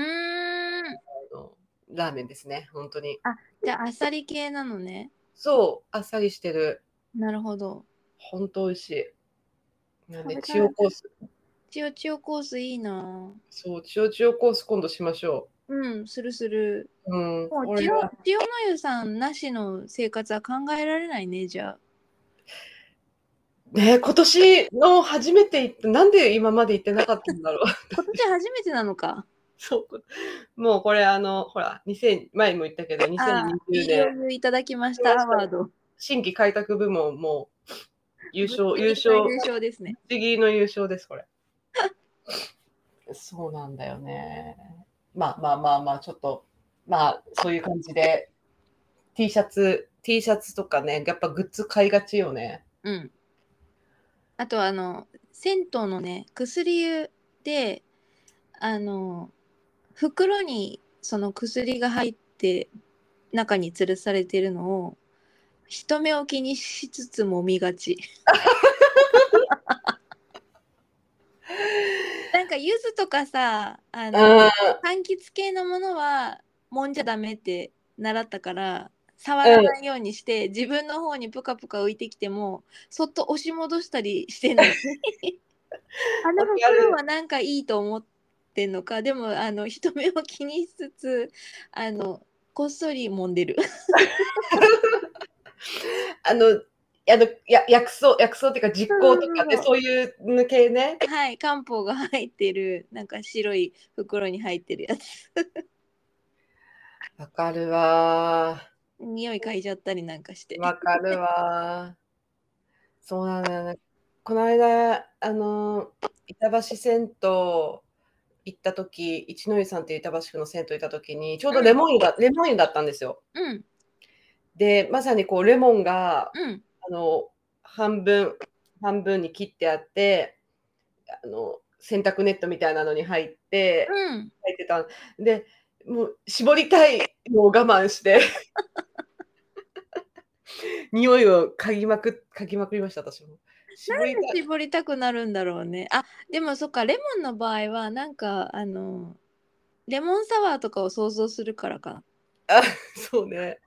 [SPEAKER 1] あ
[SPEAKER 2] ん。
[SPEAKER 1] のラーメンですね本当に
[SPEAKER 2] じゃあ、あっさり系なのね。
[SPEAKER 1] そうあっさりしてる
[SPEAKER 2] なるほど。
[SPEAKER 1] 本当美味しいなんで
[SPEAKER 2] 食
[SPEAKER 1] 千
[SPEAKER 2] べたい
[SPEAKER 1] 代コース
[SPEAKER 2] 千代千代コースいいな。
[SPEAKER 1] そう、千代千代コース今度しましょ
[SPEAKER 2] うん、するする。
[SPEAKER 1] う。うん。
[SPEAKER 2] もう
[SPEAKER 1] 俺
[SPEAKER 2] 千
[SPEAKER 1] は
[SPEAKER 2] 代千代の湯さんなしの生活は考えられないね、じゃあ。
[SPEAKER 1] ね、今年の初めて行って、なんで今まで行ってなかったんだろう。
[SPEAKER 2] 今年初めてなのか。
[SPEAKER 1] そう。もうこれあの、ほら、2000、前も言ったけど、
[SPEAKER 2] ああ、い
[SPEAKER 1] 2020
[SPEAKER 2] い
[SPEAKER 1] 年、
[SPEAKER 2] 余裕いただきました、アワード。
[SPEAKER 1] 新規開拓部門もう優勝、優勝、
[SPEAKER 2] 優勝ですね。
[SPEAKER 1] 不思議の優勝です、これ。そうなんだよね。まあまあまあまあ、ちょっと、まあ、そういう感じで、T シャツ、T シャツとかね、やっぱグッズ買いがちよね。
[SPEAKER 2] うん。あとはあの銭湯のね薬湯であの袋にその薬が入って中に吊るされてるのを人目を気にしつつもみがちなんか柚子とかさあの、
[SPEAKER 1] うん。
[SPEAKER 2] 柑橘系のものはもんじゃダメって習ったから触らないようにして、自分の方にぷかぷか浮いてきてもそっと押し戻したりしてないあの袋はなんかいいと思ってんのかでもあの人目を気にしつつあのこっそり揉んでる
[SPEAKER 1] あの、あのや薬草、薬草っていうか実行とかって
[SPEAKER 2] うん
[SPEAKER 1] そういうの系ね。
[SPEAKER 2] はい漢方が入ってるなんか白い袋に入ってるやつ
[SPEAKER 1] わかるわ
[SPEAKER 2] 匂い嗅いじゃったりなんかして
[SPEAKER 1] ー。わかるわー。そうなんだよね。この間、あの、板橋銭湯行った時、一ノ湯さんっていう板橋区の銭湯行った時に、ちょうどレモン湯だ、レモン湯だったんですよ。
[SPEAKER 2] うん
[SPEAKER 1] で、まさにこう、レモンが
[SPEAKER 2] うん
[SPEAKER 1] あの半分半分に切ってあってあの洗濯ネットみたいなのに入って
[SPEAKER 2] うん
[SPEAKER 1] 入ってたでもう絞りたいのを我慢して 匂いを嗅ぎまく嗅ぎまくりました私も絞りたい
[SPEAKER 2] 絞りたくなるんだろうねあでもそっかレモンの場合はなんかあのレモンサワーとかを想像するからか
[SPEAKER 1] あそうね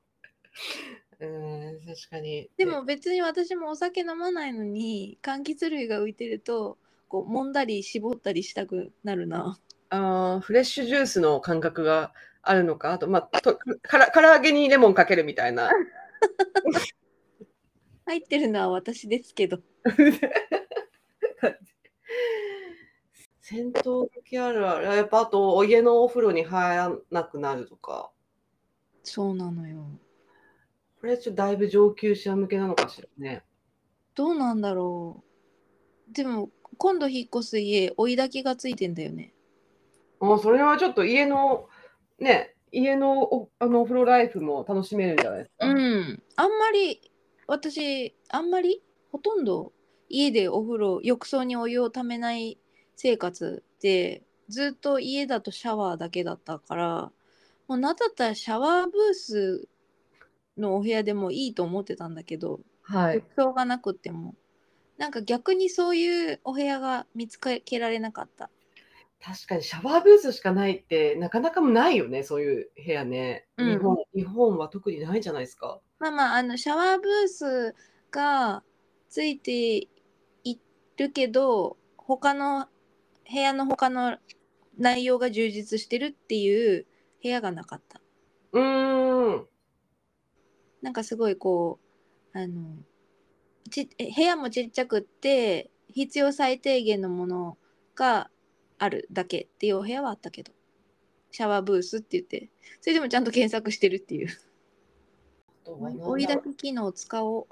[SPEAKER 1] うん確かに
[SPEAKER 2] でも別に私もお酒飲まないのに柑橘類が浮いてるとこう揉んだり絞ったりしたくなるな
[SPEAKER 1] あーフレッシュジュースの感覚があるのかあとまあとから唐揚げにレモンかけるみたいな
[SPEAKER 2] 入ってるのは私ですけど
[SPEAKER 1] 戦闘的あるあるやっぱあとお家のお風呂に入らなくなるとか
[SPEAKER 2] そうなのよ
[SPEAKER 1] これちょっとだいぶ上級者向けなのかしらね
[SPEAKER 2] どうなんだろうでも今度引っ越す家追い炊きがついてんだよね
[SPEAKER 1] あそれはちょっと家のね家のおあのお風呂ライフも楽しめるんじゃないですか、
[SPEAKER 2] うん、あんまり私あんまりほとんど家でお風呂浴槽にお湯をためない生活でずっと家だとシャワーだけだったからもうなんだったらシャワーブースのお部屋でもいいと思ってたんだけど
[SPEAKER 1] は
[SPEAKER 2] 浴槽がなくってもなんか逆にそういうお部屋が見つけられなかった
[SPEAKER 1] 確かにシャワーブースしかないってなかなかもないよねそういう部屋ね、
[SPEAKER 2] うん
[SPEAKER 1] 日本日本は特にないじゃないですか
[SPEAKER 2] まあまああのシャワーブースがついているけど他の部屋の他の内容が充実してるっていう部屋がなかった
[SPEAKER 1] うーん。
[SPEAKER 2] なんかすごいこうあのちえ部屋もちっちゃくって必要最低限のものがあるだけっていうお部屋はあったけどシャワーブースって言ってそれでもちゃんと検索してるっていう
[SPEAKER 1] あとはなんだろう
[SPEAKER 2] 追いだき機能を使お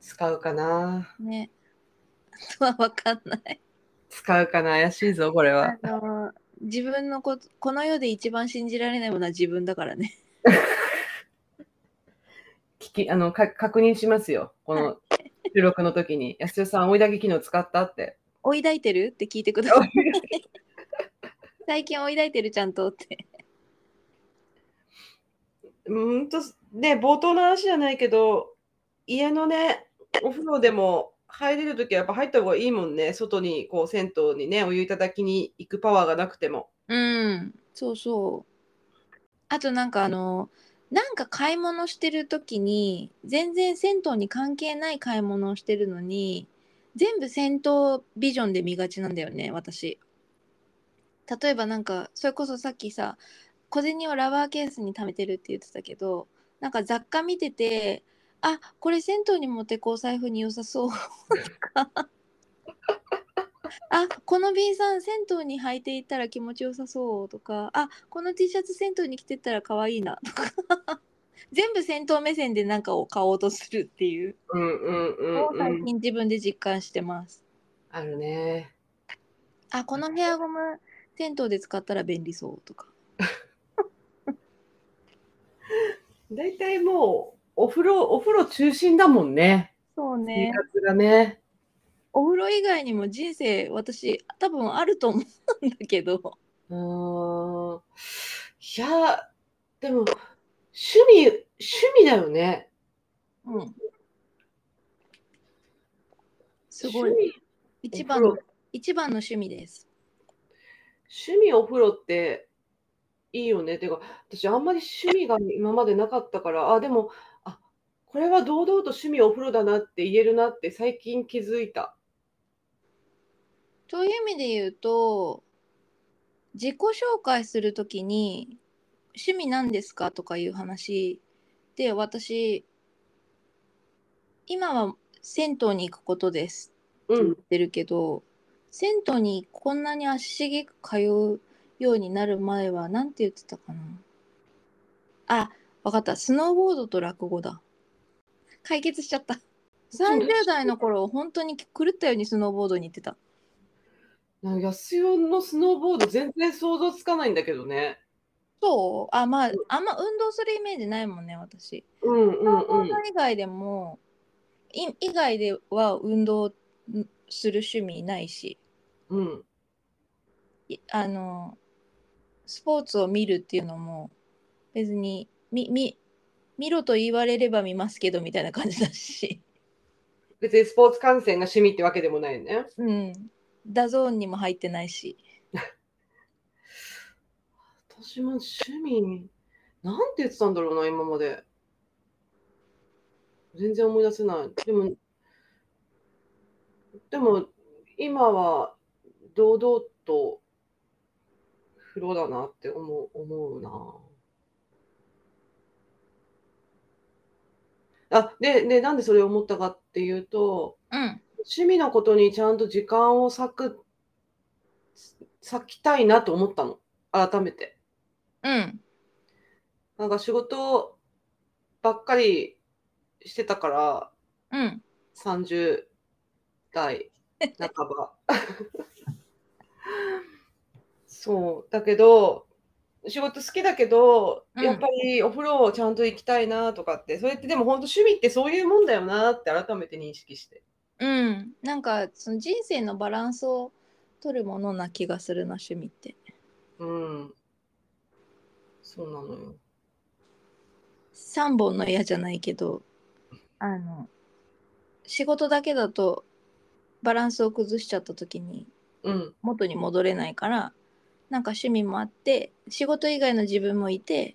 [SPEAKER 1] 使うかな。
[SPEAKER 2] うね あとは分かんない
[SPEAKER 1] 使うかな。怪しいぞ、これは。
[SPEAKER 2] あの自分のことこの世で一番信じられないものは自分だからね
[SPEAKER 1] 聞き、あの、か確認しますよ。この収録の時に。安代さん、追いだけ機能使った って。
[SPEAKER 2] 追い抱いてるって聞いてくださ い最近追い抱いてるちゃんとって
[SPEAKER 1] うーんと、ね、冒頭の話じゃないけど、家のね、お風呂でも入れる時はやっぱ入った方がいいもんね。外に、こう、銭湯にね、お湯いただきに行くパワーがなくても。
[SPEAKER 2] うんそうそうあとなんかあのなんか買い物してる時に全然銭湯に関係ない買い物をしてるのに全部銭湯ビジョンで見がちなんだよね私例えばなんかそれこそさっきさ小銭をラバーケースに貯めてるって言ってたけどなんか雑貨見ててあこれ銭湯に持ってこう財布に良さそうとかあこの B さん銭湯に履いていったら気持ちよさそうとかあこの T シャツ銭湯に着てったら可愛いなとか 全部銭湯目線で何かを買おうとするっていう
[SPEAKER 1] うんうんう
[SPEAKER 2] のを
[SPEAKER 1] んう
[SPEAKER 2] 最
[SPEAKER 1] ん。
[SPEAKER 2] 近自分で実感してます。
[SPEAKER 1] あるね。
[SPEAKER 2] あこのヘアゴム銭湯で使ったら便利そうとか
[SPEAKER 1] 大体もう、お風呂、お風呂中心だもんね。
[SPEAKER 2] そう
[SPEAKER 1] 生
[SPEAKER 2] ね
[SPEAKER 1] 活がね。
[SPEAKER 2] お風呂以外にも人生私多分あると思うんだけど
[SPEAKER 1] うーん。いや、でも、趣味、趣味だよね。
[SPEAKER 2] うんすごい
[SPEAKER 1] 趣味
[SPEAKER 2] 一番
[SPEAKER 1] お風
[SPEAKER 2] の一番の趣味です
[SPEAKER 1] 趣味お風呂っていいよね。てか、私あんまり趣味が今までなかったから、あ、でも、あ、これは堂々と趣味お風呂だなって言えるなって最近気づいた。
[SPEAKER 2] そういう意味で言うと自己紹介するときに「趣味なんですか?」とかいう話で私今は銭湯に行くことですって
[SPEAKER 1] う
[SPEAKER 2] 言っ
[SPEAKER 1] ん。
[SPEAKER 2] てるけど、銭湯にこんなに足しげく通うようになる前は何て言ってたかなあわかったスノーボードと落語だ解決しちゃった30代の頃本当に狂ったようにスノーボードに行ってた
[SPEAKER 1] なんか安代のスノーボード全然想像つかないんだけどね。
[SPEAKER 2] そうあまああんま運動するイメージないもんね私
[SPEAKER 1] うんう
[SPEAKER 2] スノ
[SPEAKER 1] ん
[SPEAKER 2] ーボ
[SPEAKER 1] う
[SPEAKER 2] ー
[SPEAKER 1] ん
[SPEAKER 2] ド。以外でもい以外では運動する趣味ないし
[SPEAKER 1] うん。
[SPEAKER 2] いあのスポーツを見るっていうのも別にみみ見ろと言われれば見ますけどみたいな感じだし、
[SPEAKER 1] 別にスポーツ観戦が趣味ってわけでもないね。
[SPEAKER 2] うん、ダゾーンにも入ってないし
[SPEAKER 1] 私も趣味、なんて言ってたんだろうな、今まで。全然思い出せない。でも、でも、今は堂々と風呂だなって思う思うな。あ、で、で、なんでそれを思ったかっていうと、
[SPEAKER 2] うん
[SPEAKER 1] 趣味のことにちゃんと時間を割く、割きたいなと思ったの。改めて。
[SPEAKER 2] うん
[SPEAKER 1] なんか仕事ばっかりしてたから、
[SPEAKER 2] うん
[SPEAKER 1] 30代半ば。そう、だけど、仕事好きだけど、
[SPEAKER 2] うん
[SPEAKER 1] やっぱりお風呂をちゃんと行きたいなとかって、それってでも本当趣味ってそういうもんだよなって改めて認識して。
[SPEAKER 2] うんなんかその人生のバランスを取るものな気がするな趣味って。
[SPEAKER 1] うん。そうなのよ。
[SPEAKER 2] 3本の矢じゃないけどあの仕事だけだとバランスを崩しちゃった時に
[SPEAKER 1] うん。
[SPEAKER 2] 元に戻れないからなんか趣味もあって仕事以外の自分もいて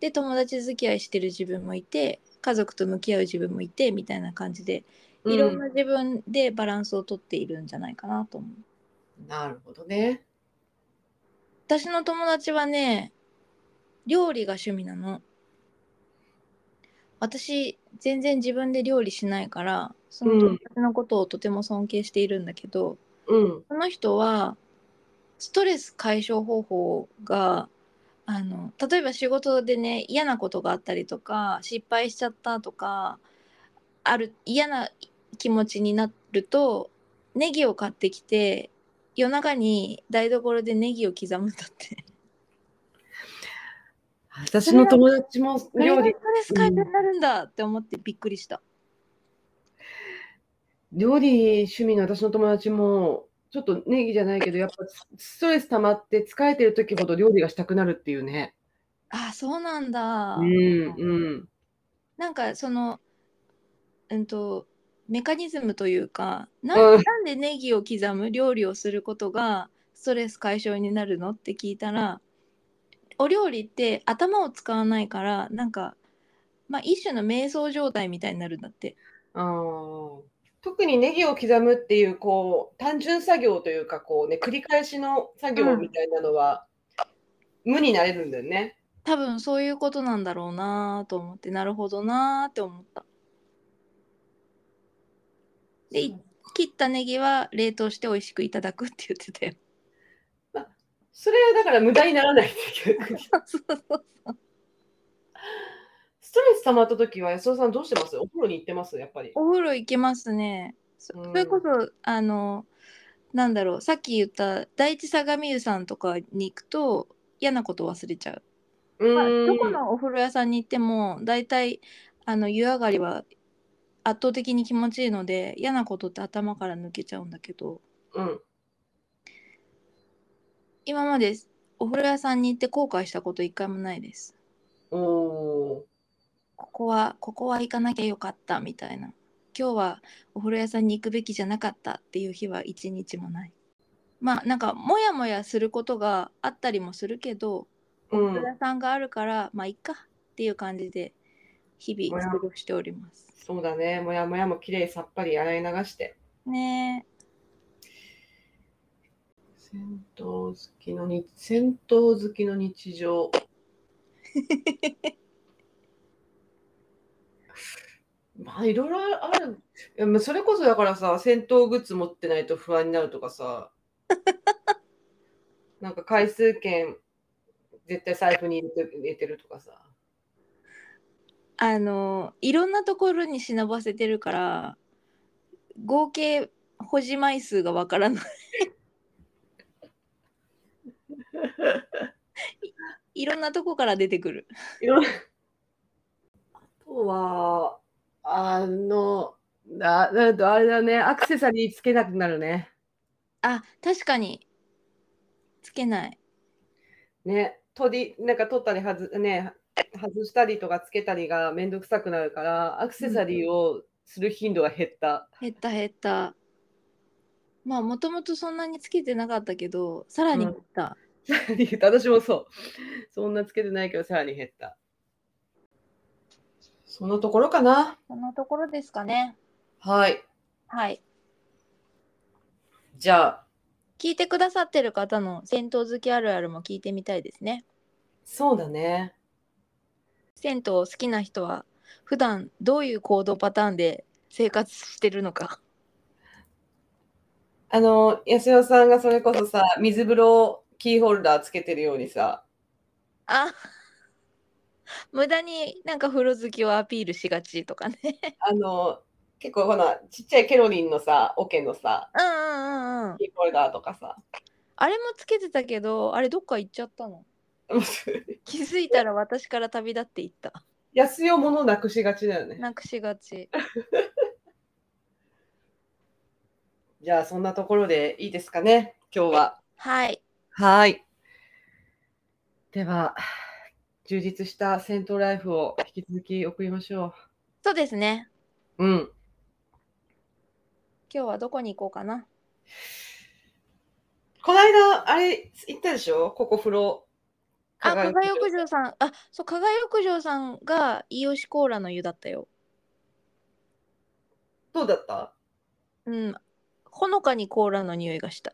[SPEAKER 2] で友達付き合いしてる自分もいて家族と向き合う自分もいてみたいな感じで
[SPEAKER 1] うん
[SPEAKER 2] いろんな自分でバランスをとっているんじゃないかなと思う。
[SPEAKER 1] なるほどね。
[SPEAKER 2] 私の友達はね料理が趣味なの私全然自分で料理しないからその友達のことをとても尊敬しているんだけど、
[SPEAKER 1] うん。
[SPEAKER 2] その人はストレス解消方法があの例えば仕事でね嫌なことがあったりとか失敗しちゃったとかある嫌な気持ちになるとネギを買ってきて夜中に台所でネギを刻むんだって。
[SPEAKER 1] 私の友達も
[SPEAKER 2] これ
[SPEAKER 1] 料
[SPEAKER 2] がス
[SPEAKER 1] 理
[SPEAKER 2] トレス解消になるんだって思ってびっくりした。
[SPEAKER 1] 料理趣味の私の友達もちょっとネギじゃないけどやっぱストレス溜まって疲れてる時ほど料理がしたくなるっていうね。
[SPEAKER 2] あそうなんだ。
[SPEAKER 1] うんうん
[SPEAKER 2] なんかそのうんとメカニズムというかな
[SPEAKER 1] うんん
[SPEAKER 2] なんでネギを刻む料理をすることがストレス解消になるのって聞いたらお料理って頭を使わないからなんか、まあ、一種の瞑想状態みたいになるんだって
[SPEAKER 1] あー。特にネギを刻むっていうこう単純作業というかこうね繰り返しの作業みたいなのは、無になれるんだよね。
[SPEAKER 2] 多分そういうことなんだろうなと思ってなるほどなって思ったでい切ったネギは冷凍して美味しくいただくって言って たよ
[SPEAKER 1] それはだから無駄にならないっていうか
[SPEAKER 2] そうそう
[SPEAKER 1] ストレス溜まった時は安田さんどうしてますお風呂に行ってますやっぱり。
[SPEAKER 2] お風呂行きますね。そ
[SPEAKER 1] うん
[SPEAKER 2] それこそ、あのなんだろうさっき言った第一相模湯さんとかに行くと嫌なこと忘れちゃう。
[SPEAKER 1] う
[SPEAKER 2] まあ
[SPEAKER 1] ーん
[SPEAKER 2] どこのお風呂屋さんに行っても大体あの湯上がりは圧倒的に気持ちいいので嫌なことって頭から抜けちゃうんだけど
[SPEAKER 1] うん
[SPEAKER 2] 今までお風呂屋さんに行って後悔したこと一回もないです。
[SPEAKER 1] おー
[SPEAKER 2] ここはここは行かなきゃよかったみたいな今日はお風呂屋さんに行くべきじゃなかったっていう日は一日もないまあなんかモヤモヤすることがあったりもするけど
[SPEAKER 1] う
[SPEAKER 2] お
[SPEAKER 1] ん
[SPEAKER 2] 風呂屋さんがあるからまあいっかっていう感じで日々過ごしております
[SPEAKER 1] そうだね。もやもやも綺麗さっぱり洗い流して。
[SPEAKER 2] ね
[SPEAKER 1] 銭湯好きの日銭湯好きの日常。まあいろいろある。いやまあそれこそだからさ、銭湯グッズ持ってないと不安になるとかさ。 なんか回数券絶対財布に入れて入れてるとかさ。
[SPEAKER 2] あのいろんなところに忍ばせてるから合計保持枚数がわからない いいろんなとこから出てくる
[SPEAKER 1] いろいろあとは、あの、ななるとあれだね、アクセサリーつけなくなるね。
[SPEAKER 2] あ確かにつけない
[SPEAKER 1] ね、取り、なんか取ったりはず、ね、外したりとかつけたりがめんどくさくなるから、アクセサリーをする頻度が減った。
[SPEAKER 2] 減った減ったまあもともとそんなにつけてなかったけどさらに減った、
[SPEAKER 1] 私もそう。そんなつけてないけど、さらに減った。そんなところかな。
[SPEAKER 2] そのところですかね
[SPEAKER 1] はい。
[SPEAKER 2] はい
[SPEAKER 1] じゃあ、
[SPEAKER 2] 聞いてくださってる方の銭湯好きあるあるも聞いてみたいですね
[SPEAKER 1] そうだね。
[SPEAKER 2] 銭湯好きな人は普段どういう行動パターンで生活してるのか
[SPEAKER 1] あの、安代さんがそれこそさ、水風呂キーホルダーつけてるようにさ、
[SPEAKER 2] あ無駄になんか風呂好きをアピールしがちとかね
[SPEAKER 1] あの、結構ほら、ちっちゃいケロリンのさ、桶のさ、
[SPEAKER 2] うんうんうんうん
[SPEAKER 1] キーホルダーとかさ、
[SPEAKER 2] あれもつけてたけどあれどっか行っちゃったの気づいたら私から旅立っていった。
[SPEAKER 1] 安代物なくしがちだよね。
[SPEAKER 2] なくしがち。
[SPEAKER 1] じゃあそんなところでいいですかね、今日は。
[SPEAKER 2] はい。
[SPEAKER 1] はい。では、充実した銭湯ライフを引き続き送りましょ
[SPEAKER 2] そうですね。
[SPEAKER 1] う。うん。
[SPEAKER 2] 今日はどこに行こうかな。
[SPEAKER 1] この間、あれ、行ったでしょここ風呂。
[SPEAKER 2] あ、加
[SPEAKER 1] 輝く
[SPEAKER 2] 賀浴場さん。あ、そう、加賀浴場さんが伊予シコーラの湯だったよ。
[SPEAKER 1] どうだった
[SPEAKER 2] うん、ほのかにコーラの匂いがした。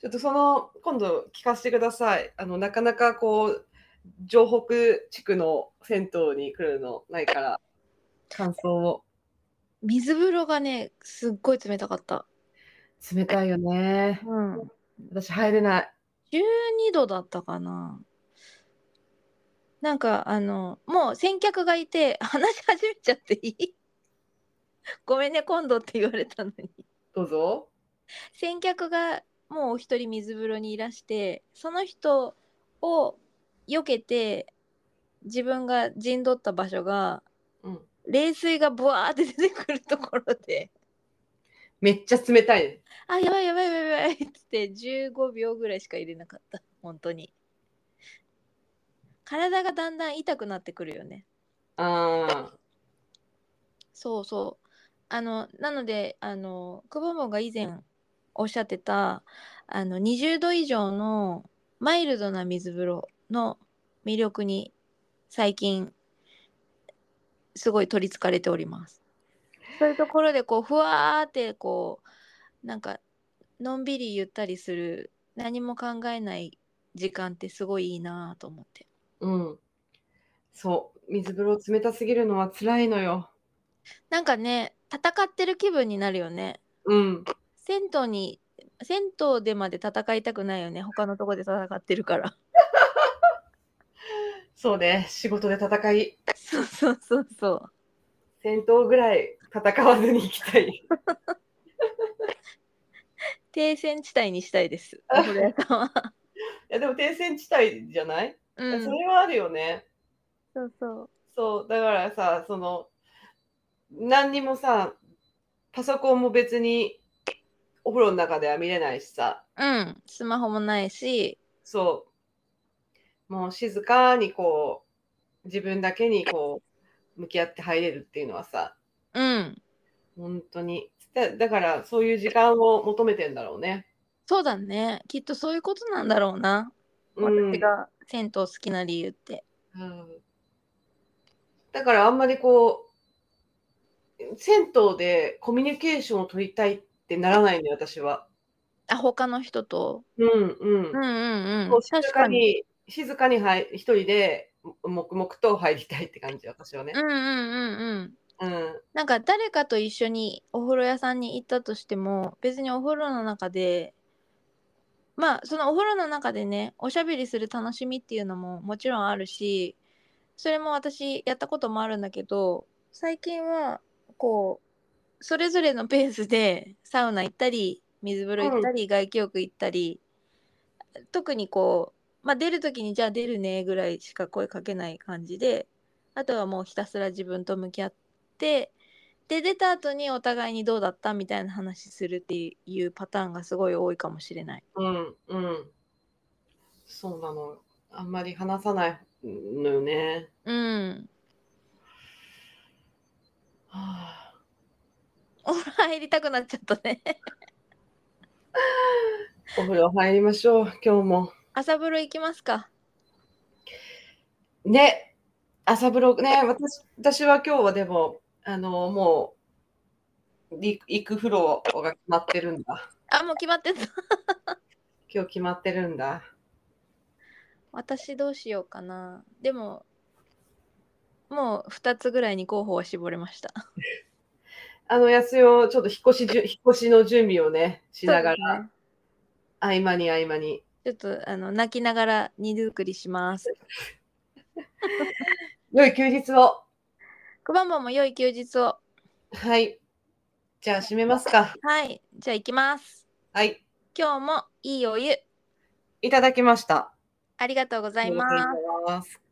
[SPEAKER 1] ちょっとその今度聞かせてくださいあのなかなかこう城北地区の銭湯に来るのないから感想を
[SPEAKER 2] 水風呂がね、すっごい冷たかった。
[SPEAKER 1] 冷たいよね
[SPEAKER 2] うん、
[SPEAKER 1] 私入れない
[SPEAKER 2] 12度だったかな。なんかあのもう先客がいて話し始めちゃっていい ごめんね今度って言われたのに
[SPEAKER 1] どうぞ
[SPEAKER 2] 先客がもうお一人水風呂にいらしてその人を避けて自分が陣取った場所が
[SPEAKER 1] うん
[SPEAKER 2] 冷水がブワーって出てくるところで
[SPEAKER 1] めっちゃ冷たい、ね、
[SPEAKER 2] 「あやばいやばいやばいやばい」 って言って15秒ぐらいしか入れなかった本当に体がだんだん痛くなってくるよね
[SPEAKER 1] あー
[SPEAKER 2] そうそうあのなのであのくぼもが以前おっしゃってたあの20度以上のマイルドな水風呂の魅力に最近すごい取りつかれております。そういうところでこうふわーってこうなんかのんびりゆったりする何も考えない時間ってすごいいいなと思って
[SPEAKER 1] うんそう水風呂冷たすぎるのは辛いのよ
[SPEAKER 2] なんかね戦ってる気分になるよね。
[SPEAKER 1] うん
[SPEAKER 2] 銭湯に銭湯でまで戦いたくないよね他のとこで戦ってるから
[SPEAKER 1] そうね仕事で戦い
[SPEAKER 2] そうそうそうそう
[SPEAKER 1] 戦闘ぐらい戦わずに行きたい
[SPEAKER 2] 停戦地帯にしたい ですお風呂屋さんは、
[SPEAKER 1] いやでも停戦地帯じゃない、
[SPEAKER 2] う
[SPEAKER 1] そ
[SPEAKER 2] ん、
[SPEAKER 1] れはあるよね
[SPEAKER 2] そうそう
[SPEAKER 1] そうだからさその何にもさパソコンも別にお風呂の中では見れないしさ
[SPEAKER 2] うんスマホもないし
[SPEAKER 1] そうもう静かにこう自分だけにこう向き合って入れるっていうのはさ
[SPEAKER 2] うん
[SPEAKER 1] 本当にだだからそういう時間を求めてんだろうね。
[SPEAKER 2] そうだねきっとそういうことなんだろうな、
[SPEAKER 1] うん
[SPEAKER 2] 私が銭湯好きな理由って
[SPEAKER 1] うんだからあんまりこう銭湯でコミュニケーションを取りたいってならないね私は。
[SPEAKER 2] あ他の人と
[SPEAKER 1] うんうん。
[SPEAKER 2] うんうんう
[SPEAKER 1] も
[SPEAKER 2] ん
[SPEAKER 1] う静
[SPEAKER 2] 確
[SPEAKER 1] か
[SPEAKER 2] かに
[SPEAKER 1] に静かに入一人で黙々と入りたいって感じ私はね
[SPEAKER 2] う。んうんうんうん
[SPEAKER 1] うん
[SPEAKER 2] なんか誰かと一緒にお風呂屋さんに行ったとしても別にお風呂の中でまあそのお風呂の中でねおしゃべりする楽しみっていうのももちろんあるしそれも私やったこともあるんだけど最近はこうそれぞれのペースでサウナ行ったり水風呂行ったり、外気浴行ったり特にこう、まあ、出る時にじゃあ出るねぐらいしか声かけない感じであとはもうひたすら自分と向き合ってで出た後にお互いにどうだったみたいな話するっていうパターンがすごい多いかもしれない。
[SPEAKER 1] うんうん。そうなのあんまり話さないのよね。
[SPEAKER 2] うん、
[SPEAKER 1] はあ
[SPEAKER 2] お風呂入りたくなっちゃったね
[SPEAKER 1] お風呂入りましょう今日も。
[SPEAKER 2] 朝風呂行きますか
[SPEAKER 1] ね朝風呂ね私私は今日はでもあのもうり行く風呂が決まってるんだ
[SPEAKER 2] あもう決まってた
[SPEAKER 1] 今日決まってるんだ。
[SPEAKER 2] 私どうしようかなでももう2つぐらいに候補は絞れました
[SPEAKER 1] あの安代ちょっと引っ越しじゅ引っ越しの準備をねしながら。
[SPEAKER 2] そうですね
[SPEAKER 1] 合間に合間に。
[SPEAKER 2] ちょっとあの泣きながら荷造りします
[SPEAKER 1] 良い休日を。
[SPEAKER 2] くばもも良い休日を
[SPEAKER 1] はい。じゃあ、締めますか。
[SPEAKER 2] はいじゃあ行きます
[SPEAKER 1] はい。
[SPEAKER 2] 今日もいいお湯
[SPEAKER 1] いただきました。
[SPEAKER 2] ありがとうございます
[SPEAKER 1] ありがとうございます。